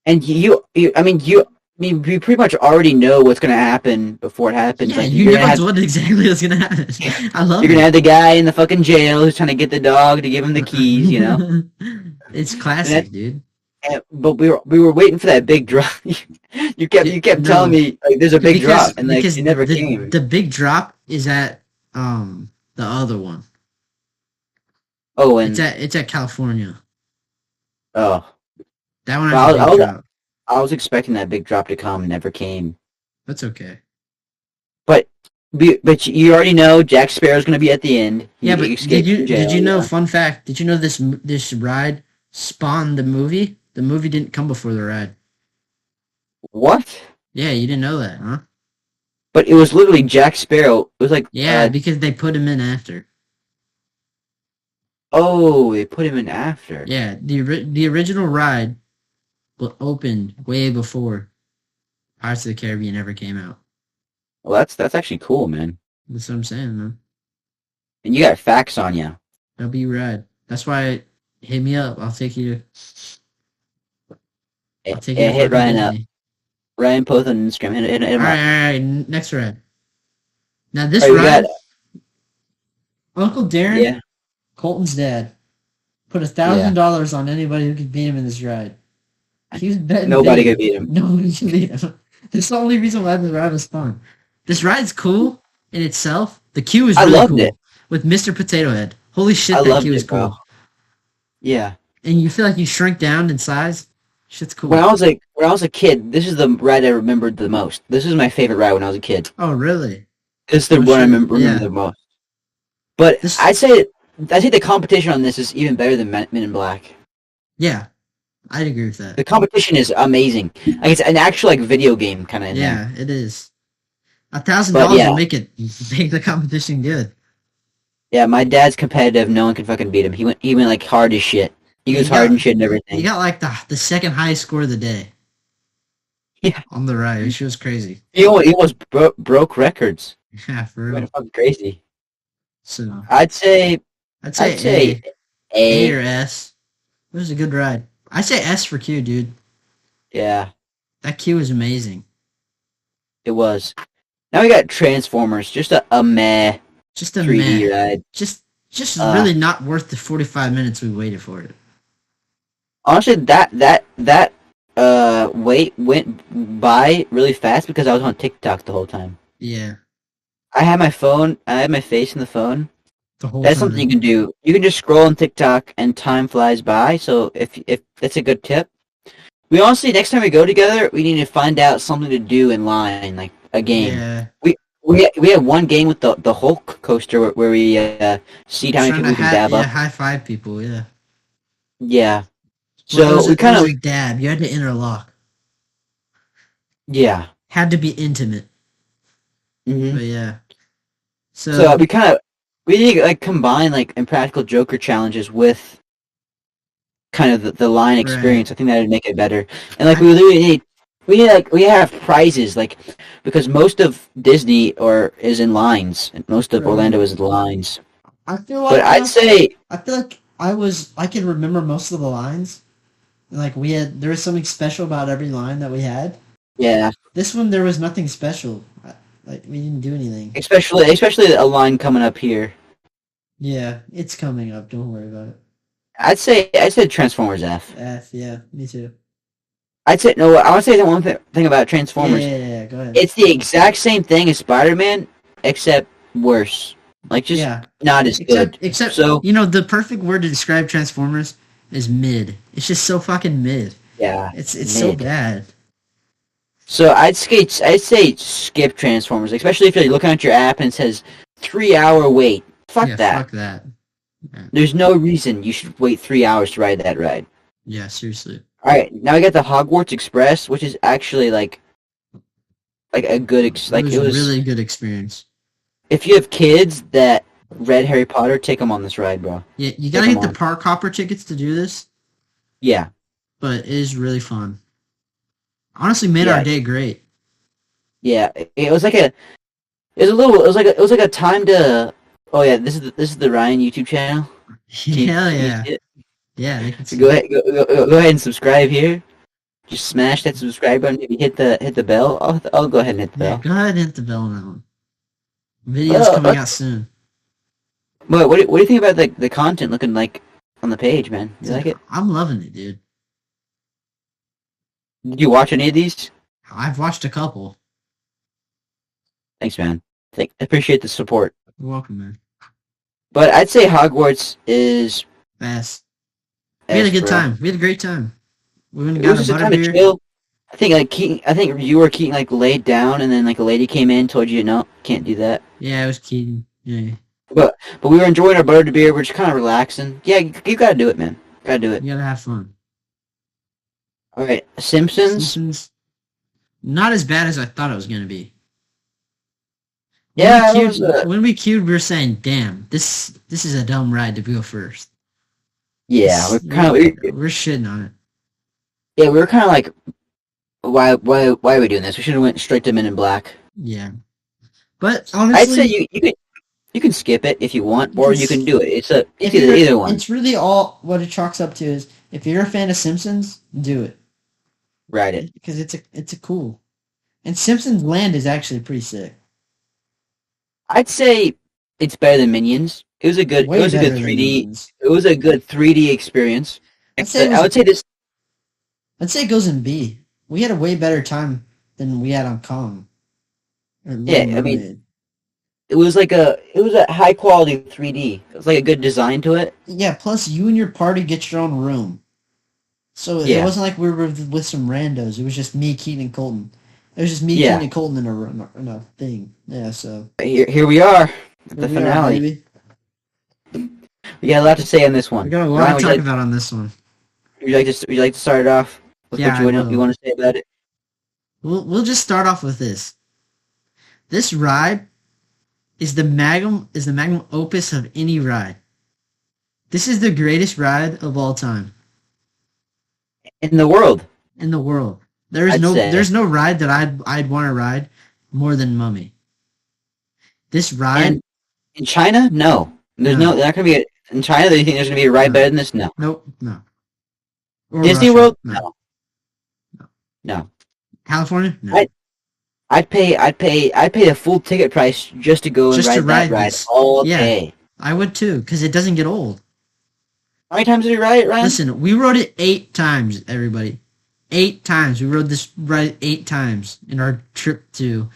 And you, you, I mean, you, I mean, we pretty much already know what's gonna happen before it happens.
Yeah,
like,
you
you're
never
gonna have,
what exactly was gonna happen. I love
you're gonna
it.
have the guy in the fucking jail who's trying to get the dog to give him the keys, you know.
it's classic, dude.
And- but we were we were waiting for that big drop. you kept you kept
No.
telling me like there's a big
Because-
drop, and like
because
it never
the,
came.
The big drop is at um the other one.
oh, and
It's at it's at California.
oh,
That one
Well,
has a
I'll-
big drop.
I was expecting that big drop to come, never came.
That's okay.
Be- But you already know Jack Sparrow's gonna be at the end. He
Yeah, but
escaped
did you
from jail,
did you know?
yeah.
Fun fact: Did you know this m- this ride spawned the movie? The movie didn't come before the ride.
what?
Yeah, you didn't know that, huh?
But it was literally Jack Sparrow. It was like
Yeah,
uh,
because they put him in after.
Oh, they put him in after.
Yeah, the ori- the original ride wa- opened way before Pirates of the Caribbean ever came out.
Well, that's that's actually cool, man.
That's what I'm saying, man.
And you got facts on you.
That'll be rad. That's why hit me up. I'll take you. To, I'll
It,
take
it
you.
hit Eh, Ryan up.
All
Ryan Poth on Instagram. Hit, hit, hit him
right, all
up. Oh,
right, all right. n- Next ride. Now this
All right, we
ride, Uncle Darren,
Yeah.
Colton's dad, put a thousand dollars on anybody who could beat him in this ride. He was betting.
Nobody
big.
could beat him.
Nobody could beat him. That's the only reason why this ride was fun. This ride's cool in itself. The queue is
I
really
loved
cool
it.
with Mr. Potato Head. Holy shit,
I
that
loved
queue is
it, bro.
cool.
Yeah.
And you feel like you shrink down in size. Shit's cool.
When I was like when I was a kid, this is the ride I remembered the most. This is my favorite ride when I was a kid.
oh, really?
This is the
For
one I
sure,
remember, remember
yeah.
the most. But
This-
I'd say I think the competition on this is even better than Men Men in Black.
Yeah, I'd agree with that.
The competition is amazing. Like it's an actual like video game kind of.
yeah, it is. A thousand
But,
dollars
yeah.
will make it make the competition good.
Yeah, my dad's competitive. No one can fucking beat him. He went, he went like hard as shit. He
You
goes
got-
hard and shit and
You
everything.
got like the the second highest score of the day.
Yeah.
on the right, which was crazy.
He almost, he almost bro- broke records.
Yeah, for
He
real.
went fucking crazy.
So
I'd say,
I'd say,
I'd say
A,
A.
A or S. It was a good ride. I say S for Q, dude.
Yeah,
That Q is amazing.
it was. Now we got Transformers. Just a, a meh
Just a
3D
meh.
ride.
Just just
Uh,
really not worth the forty five minutes we waited for it.
Honestly, that that that uh wait went by really fast because I was on TikTok the whole time.
Yeah,
I had my phone. I had my face in the phone.
the whole.
That's
time.
something you can do. You can just scroll on TikTok and time flies by. So if if that's a good tip. We honestly next time we go together, we need to find out something to do in line, like a game.
Yeah,
We we had one game with the the Hulk coaster where, where we uh, see how many
trying
people
to
we can
hi-
dab
yeah,
up.
high five people. Yeah.
Yeah.
Well, it was-
So we
it was
kind of
a dab. You had to interlock.
yeah.
Had to be intimate.
hmm
But yeah. So,
So we kind of we need to like combine like impractical Joker challenges with kind of the, the line
Right.
experience. I think that would make it better. And like
I-
we really need we need like we have prizes like because most of Disney or is in lines and most of
Right.
Orlando is in lines.
I feel
But I'd say
I feel like I was I can remember most of the lines. Like we had there was something special about every line that we had.
yeah,
This one there was nothing special. I- Like we didn't do anything.
especially especially a line coming up here.
Yeah, it's coming up. Don't worry about it.
I'd say I said Transformers F.
F. Yeah, me too.
I'd say no. I would say that one thi- thing about Transformers.
Yeah, yeah, yeah, go ahead.
It's the exact same thing as Spider-Man, except worse. Like just
yeah,
not as
except
good.
except
So
you know the perfect word to describe Transformers is mid. It's just so fucking mid.
yeah.
It's it's so
Mid.
bad.
So I'd skate. I'd say skip Transformers, especially if you're looking at your app and it says three-hour wait. Fuck
yeah,
that.
Fuck that.
There's no reason you should wait three hours to ride that ride.
Yeah, seriously.
All right, now we got the Hogwarts Express, which is actually like, like a good ex- like
it was,
it was.
really good experience.
If you have kids that read Harry Potter, take them on this ride, bro.
Yeah, you gotta
Come
get the
on.
park hopper tickets to do this,
Yeah,
but it is really fun. Honestly, made
Yeah.
our day great.
yeah. It, it was like a, it was a little. It was like a, it was like a time to. Oh yeah, this is the, this is the Ryan YouTube channel. Can you-
Hell
can you
yeah,
see it?
yeah. they can see
Go ahead, go, go, go- go ahead and subscribe here. Just smash that subscribe button. Maybe hit the hit the bell. I'll, I'll go ahead and hit the
Yeah,
bell.
go ahead and hit the bell on that one. Video's
Oh,
coming out soon.
But what do, what do you think about like the content looking like on the page, man? You like it?
I'm loving it, dude.
Did you watch any of these?
I've watched a couple.
Thanks, man. Thank, I appreciate the support.
You're welcome, man.
But I'd say Hogwarts is.
Fast. We had a
is,
good
bro.
time. We had a great time. We went and
It was
got a
just a time to
butterbeer.
chill. I think like Keaton, I think you were Keaton like laid down, and then like a lady came in, told you no, can't do that.
Yeah, it was Keaton. Yeah,
But we were enjoying our buttered beer. We're just kind of relaxing. Yeah, you, you gotta do it, man. Gotta do it.
you gotta have fun.
All right, Simpsons.
Simpsons. Not as bad as I thought it was gonna be. When
Yeah,
we
it
queued,
was, uh,
when we queued, we were saying, "Damn, this this is a dumb ride to go first.
yeah, we're
This-
kind of we,
we're shitting on it.
yeah, we were kind of like, why, why, why are we doing this? We should have went straight to Men in Black.
Yeah, but honestly,
I'd say you you can you can skip it if you want, or you can do it. It's a
if
it's either,
you're-
either one,
It's really all what it chalks up to is if you're a fan of Simpsons, do it
ride it.
because it's a it's a cool. And Simpsons Land is actually pretty sick.
I'd say it's better than Minions. It was a good.
Way
it was a
better
good
than
three D.
Minions.
It was a good three D experience.
I'd say it
But
was-
I would say this.
I'd say it goes in B. We had a way better time than we had on Kong. Or Little
Yeah, I mean,
Mermaid.
It was like a. It was a high quality three D. It was like a good design to it.
yeah. Plus, you and your party get your own room, so it
Yeah.
wasn't like we were with with some randos. It was just me, Keaton, and Colton. It was just me,
Yeah.
Keaton, and Colton in a room, in a thing. Yeah, so
But Here, here we are. at
here
The
we are,
finale.
baby.
we got a lot to say on this one.
We got a lot
Ryan,
to
would,
talk
you like,
about on this one.
would you like to? s- Would you like to start it off with
Yeah,
what you
I
want, you
will.
want to say about it?
We'll we'll just start off with this. This ride is the magnum is the magnum opus of any ride. This is the greatest ride of all time
In the world,
in the world. There is
I'd
no
say.
there's no ride that I'd I'd want to ride more than Mummy. This ride,
And- in China, no. There's no.
No.
There's not gonna be a, in China. Do you think there's gonna be a ride
No.
better than this? No.
nope, no. Or
Disney
Russia,
World,
no.
no. No.
California, no.
I- I'd pay. I'd pay. I'd pay the full ticket price just to go and
Just
ride
to
that
ride
ride
this.
all
Yeah.
day.
I would too, because it doesn't get old.
How many times did you ride it, Ryan?
Listen, we rode it eight times, everybody. Eight times. We rode this ride eight times in our trip to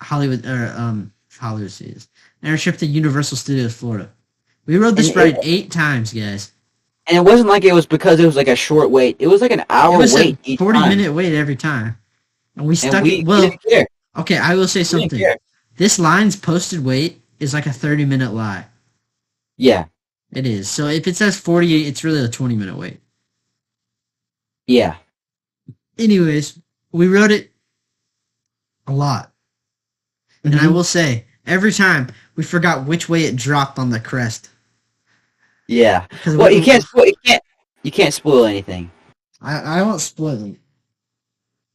Hollywood or um Hollywood Studios. And our trip to Universal Studios, Florida. We rode this
And
ride eight times, guys.
And it wasn't like it was because it was like a short wait. It was like an hour
It was
wait
a
each
forty
time.
minute wait every time. And we stuck
and we,
well
didn't care.
okay, I will say
We didn't
something.
care.
This line's posted wait is like a thirty minute lie.
Yeah,
It is. So if it says forty eight, it's really a twenty minute wait.
yeah.
anyways, we rode it a lot. And I
Mhm.
will say, every time we forgot which way it dropped on the crest.
Yeah.
'Cause
Well,
we-
you can't. Spoil, you can't. You can't spoil anything
I, I won't spoil it.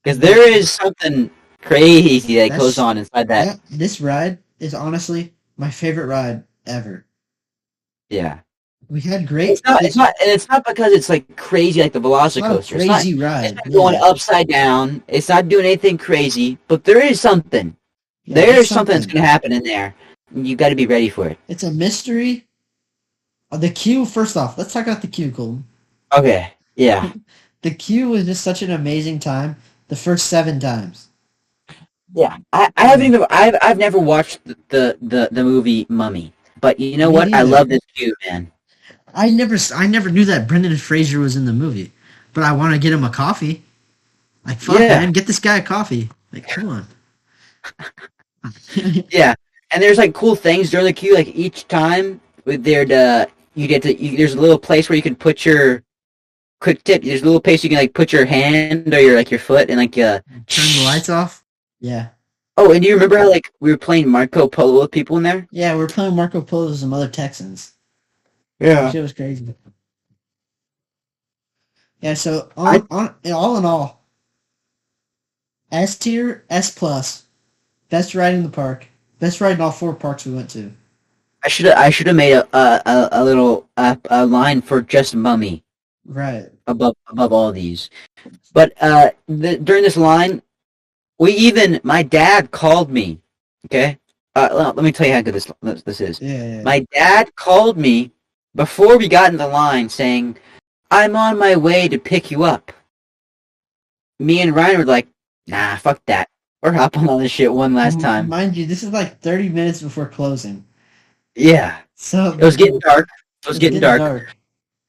because there is something crazy that
That's-
goes on inside that.
Yeah, this ride is honestly my favorite ride ever.
Yeah.
We had great.
It's not. It's not. And it's not because it's like crazy, like the
it's not a
Velocicoaster. It's not.
crazy
It's
ride.
not going
yeah.
upside down. It's not doing anything crazy. But there is something.
Yeah,
there is
it's
something that's gonna happen in there. and You got to be ready for it.
It's a mystery. Uh, The queue, first off, let's talk about the queue, Colton.
Okay. Yeah.
The queue was just such an amazing time. The first seven times.
Yeah, I, I haven't even I've I've never watched the the the, the movie Mummy, but you know
Me
what? I
neither.
love this view, man.
I never, s- I never knew that Brendan Fraser was in the movie, but I want to get him a coffee. Like fuck,
Yeah.
man, get this guy a coffee. Like come on.
Yeah, and there's like cool things during the queue. Like each time, with their uh, you get to you, there's a little place where you can put your quick tip. There's a little place you can like put your hand or your like your foot and like uh.
Turn the lights off. Yeah.
Oh, and do you remember how like we were playing Marco Polo with people in there?
Yeah, we're playing Marco Polo with some other Texans.
Yeah.
Shit was crazy. Yeah, so all,
I-
on, all in all, S tier, S plus, best ride in the park, best ride in all four parks we went to.
I should I should have made a a, a, a little a, a line for just Mummy.
Right.
above above all these. But uh, th- during this line, we even my dad called me. Okay, uh, let, let me tell you how good this this, this is.
Yeah. yeah.
My dad called me before we got in the line, saying, "I'm on my way to pick you up." Me and Ryan were like, "Nah, fuck that. We're hopping on this shit one last
M-
time."
Mind you, this is like 30 minutes before closing.
Yeah,
So
it was getting dark. It was getting dark.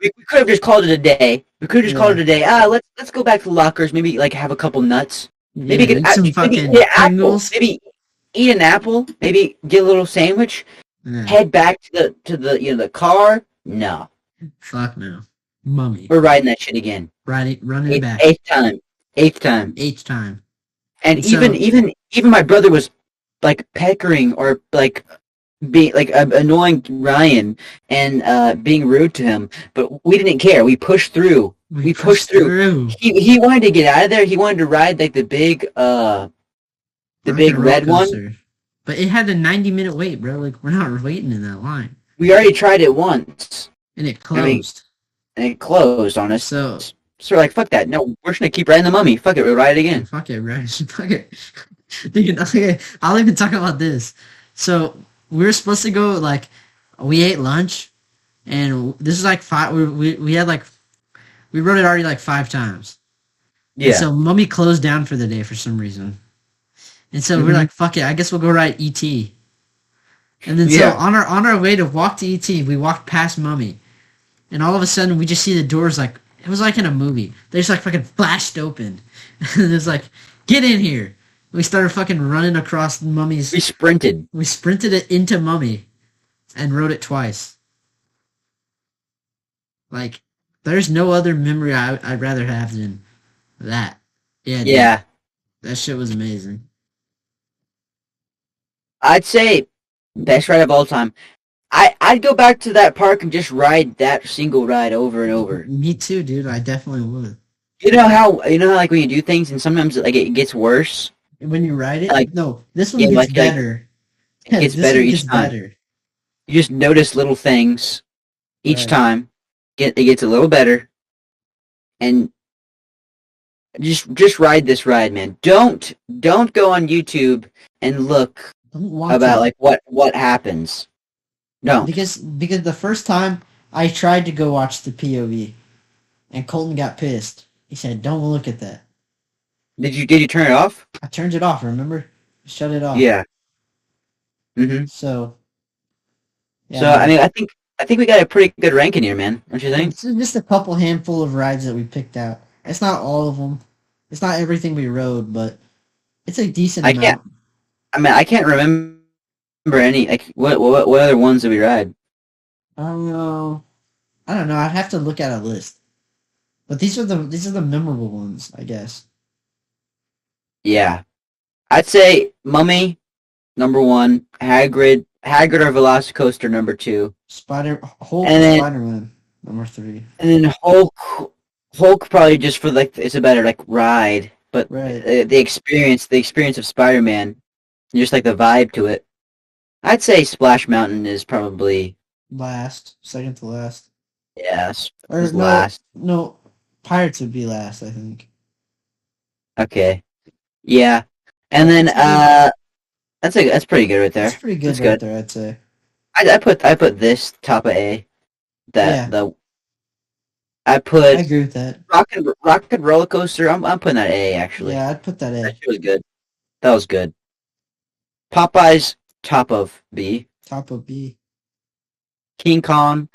we, we could have just called it a day. We could have just called it
Yeah.
a day. Ah, let's let's go back to the lockers. Maybe like have a couple nuts. Maybe
Yeah,
get
eat
I-
some
maybe
fucking
get an apple.
Pringles.
Maybe eat an apple. Maybe get a little sandwich.
Yeah,
Head back to the to the you know the car. No,
fuck no. Mummy.
we're riding that shit again.
Ride it, run it
Eighth,
back.
eighth time, eighth time,
Eighth time.
and
So-
even even even my brother was like peckering or like being like uh, annoying Ryan and uh being rude to him. But we didn't care. We pushed through. We pushed through. he he wanted to get out of there. He wanted to ride like the big uh the
Rock
big
and roll
red one.
coaster. But it had a 90 minute wait, bro. Like, we're not waiting in that line.
We already tried it once
And it
I mean,
closed.
and it closed on us.
so,
So we're like, fuck that. No, we're just gonna keep riding the mummy. Fuck it, we'll ride it again.
fuck it, bro. Fuck it. Dude, okay, I'll even talk about this. So, we were supposed to go, like, we ate lunch, and this is like five, we, we, we had like, we wrote it already like five times. And
Yeah.
So Mummy closed down for the day for some reason. And so we're
Mhm.
like, fuck it, I guess we'll go ride ET. And then
Yeah.
so on our on our way to walk to ET, we walked past Mummy. And all of a sudden we just see the doors like it was like in a movie. They just like fucking flashed open. and it's like, get in here. We started fucking running across Mummy's
we sprinted.
we sprinted it into Mummy and rode it twice. Like, there's no other memory I, I'd rather have than that. Yeah, dude,
Yeah.
that shit was amazing.
I'd say best ride of all time. I I'd go back to that park and just ride that single ride over and over.
Me too, dude. I definitely would.
You know how you know how like when you do things and sometimes like it gets worse.
And When you ride it,
Like-
no, this one
Yeah,
gets
like- like,
better. Yeah,
gets
this
better
one
each
gets
time.
better.
You just notice little things each
Right.
time. Get it gets a little better, and just just ride this ride, man. Don't don't go on YouTube and look
Don't watch
about
it.
like oh. what what happens. No,
because because the first time I tried to go watch the POV, and Colton got pissed. He said, "Don't look at that."
did you did you turn it off?
I turned it off. Remember, shut it off.
Yeah. hmm
So.
so I mean, I think I think we got a pretty good ranking here, man. Don't you think?
it's just a couple handful of rides that we picked out. It's not all of them. It's not everything we rode, but it's a decent
I
amount.
can't- I mean, I can't remember any like what what what other ones did we ride?
I don't know. I don't know. I'd have to look at a list. But these are the these are the memorable ones, I guess.
Yeah. I'd say Mummy, number one. Hagrid, Hagrid or Velocicoaster, number two.
Spider Hulk
And then-
Spider Man number three.
And then Hulk, Hulk probably just for like, it's a better like ride, but
Right.
uh, the experience, the experience of Spider-Man, and just like the vibe to it. I'd say Splash Mountain is probably,
Last. Second to last.
yeah, s-
Or
is
no,
last.
no Pirates would be last, I think.
Okay. Yeah. And then,
That's
uh, that's a, that's pretty good right there.
That's pretty good
That's
right
good.
there, I'd say.
I, I put I put this top of A. That
Yeah.
the I
I
put
agree with that.
rock and rock and roller coaster. I'm I'm putting that A actually.
Yeah, I'd put that
That
A.
shit was good. That was good. Popeyes top of B.
Top of B.
King Kong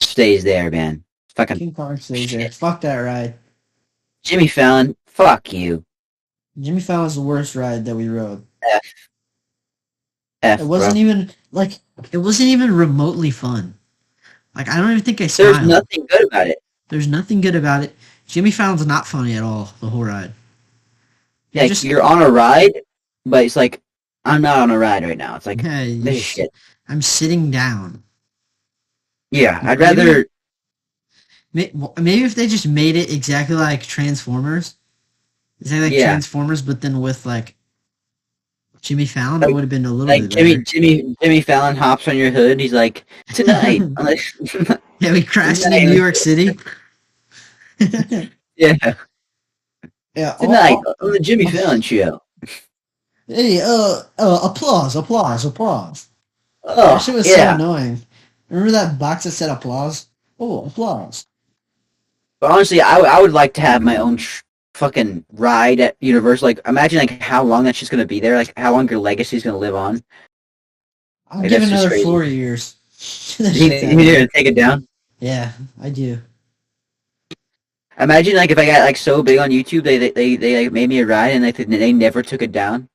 stays there, man. Fucking
King Kong stays
Shit.
there. Fuck that ride.
Jimmy Fallon. Fuck you.
Jimmy Fallon's the worst ride that we rode.
F.
It wasn't
bro.
even like it wasn't even remotely fun. Like I don't even think I smiled.
There's nothing good about it.
There's nothing good about it. Jimmy Fallon's not funny at all the whole ride.
Like
just-
you're on a ride, but it's like I'm not on a ride right now. It's like
Yeah, you
this
s-
shit.
I'm sitting down.
Yeah, I'd
Maybe-
rather.
May- well, Maybe if they just made it exactly like Transformers, exactly like
Yeah.
Transformers, but then with like Jimmy Fallon, it
Like-
would have been a little
Like
bit
Jimmy,
better.
Jimmy, Jimmy Fallon hops on your hood. He's like, "Tonight," I'm like,
Yeah, we crashed into
Tonight.
New York City.
yeah,
yeah. oh,
tonight on the Jimmy Fallon show.
Hey, uh, uh, applause, applause, applause.
Oh,
that shit was
yeah.
so annoying. Remember that box that said applause? Oh, applause.
But honestly, I, w- I would like to have my own sh- fucking ride at Universal. Like, imagine like how long that's just gonna be there. Like, how long your legacy's gonna live on.
I'll
Hey,
give
that's just
another
crazy.
four years. That
You,
shit's
you
out.
gonna take it down?
yeah, I do.
Imagine like if I got like so big on YouTube, they they they, they like, made me a ride and like they, they never took it down.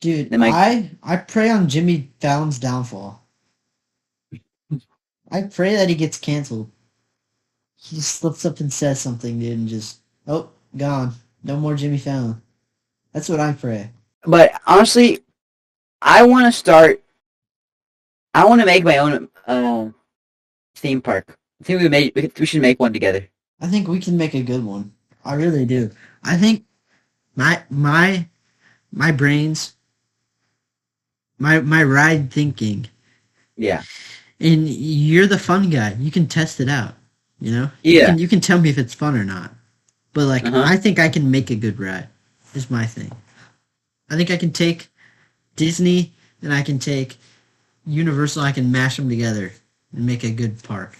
Dude,
Am I-
I I pray on Jimmy Fallon's downfall. I pray that he gets canceled. He just slips up and says something, dude, and just oh, gone. No more Jimmy Fallon. That's what I pray.
but honestly, I want to start. I want to make my own uh, theme park. I think we made. We could- we should make one together.
I think we can make a good one. I really do. I think my my my brains my my ride thinking
Yeah.
and you're the fun guy. You can test it out, you know? you
Yeah.
can, you can tell me if it's fun or not. But like,
Uh-huh.
I think I can make a good ride. Is my thing. I think I can take Disney and I can take Universal. I can mash them together and make a good park.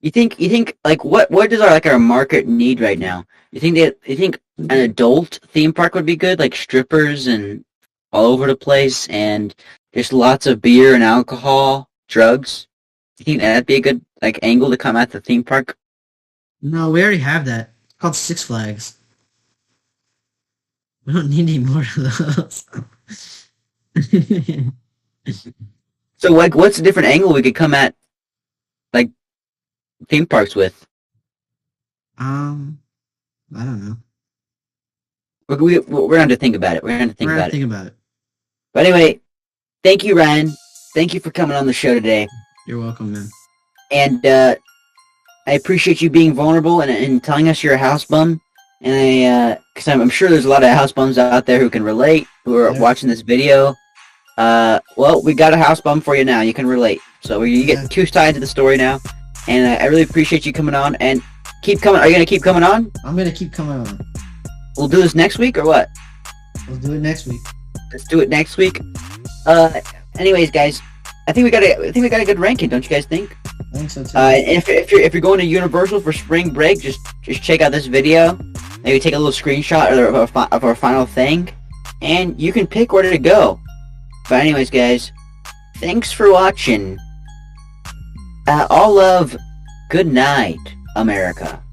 You think? You think? Like, what? What does our like our market need right now? You think that? You think an adult theme park would be good? Like strippers and all over the place, and just lots of beer and alcohol, drugs. You think that'd be a good like angle to come at the theme park?
No, we already have that. It's called Six Flags. We don't need any more of those.
So like, what's a different angle we could come at, like, theme parks with?
um, I don't know.
We're, we, we're going to think about it. We're going to think
We're
about it.
think about it.
But anyway, thank you, Ryan. Thank you for coming on the show today.
You're welcome, man.
And uh, I appreciate you being vulnerable and, and telling us you're a house bum. And I, because I'm, I'm sure there's a lot of house bums out there who can relate, who are
Yeah.
watching this video. Uh, well, we got a house bum for you now. You can relate. So you
Yeah.
get two sides of the story now. And I, I really appreciate you coming on. And keep coming. Are you going to keep coming on?
I'm gonna keep coming on.
We'll do this next week or what?
We'll do it next week.
let's do it next week. Uh, anyways, guys, I think we got a, I think we got a good ranking, don't you guys think?
I think so too.
Uh, and if, if you're if you're going to Universal for spring break, just just check out this video. Maybe take a little screenshot of our, fi- of our final thing, and you can pick where to go. But anyways, guys, thanks for watching. Uh, all love. Good night, America.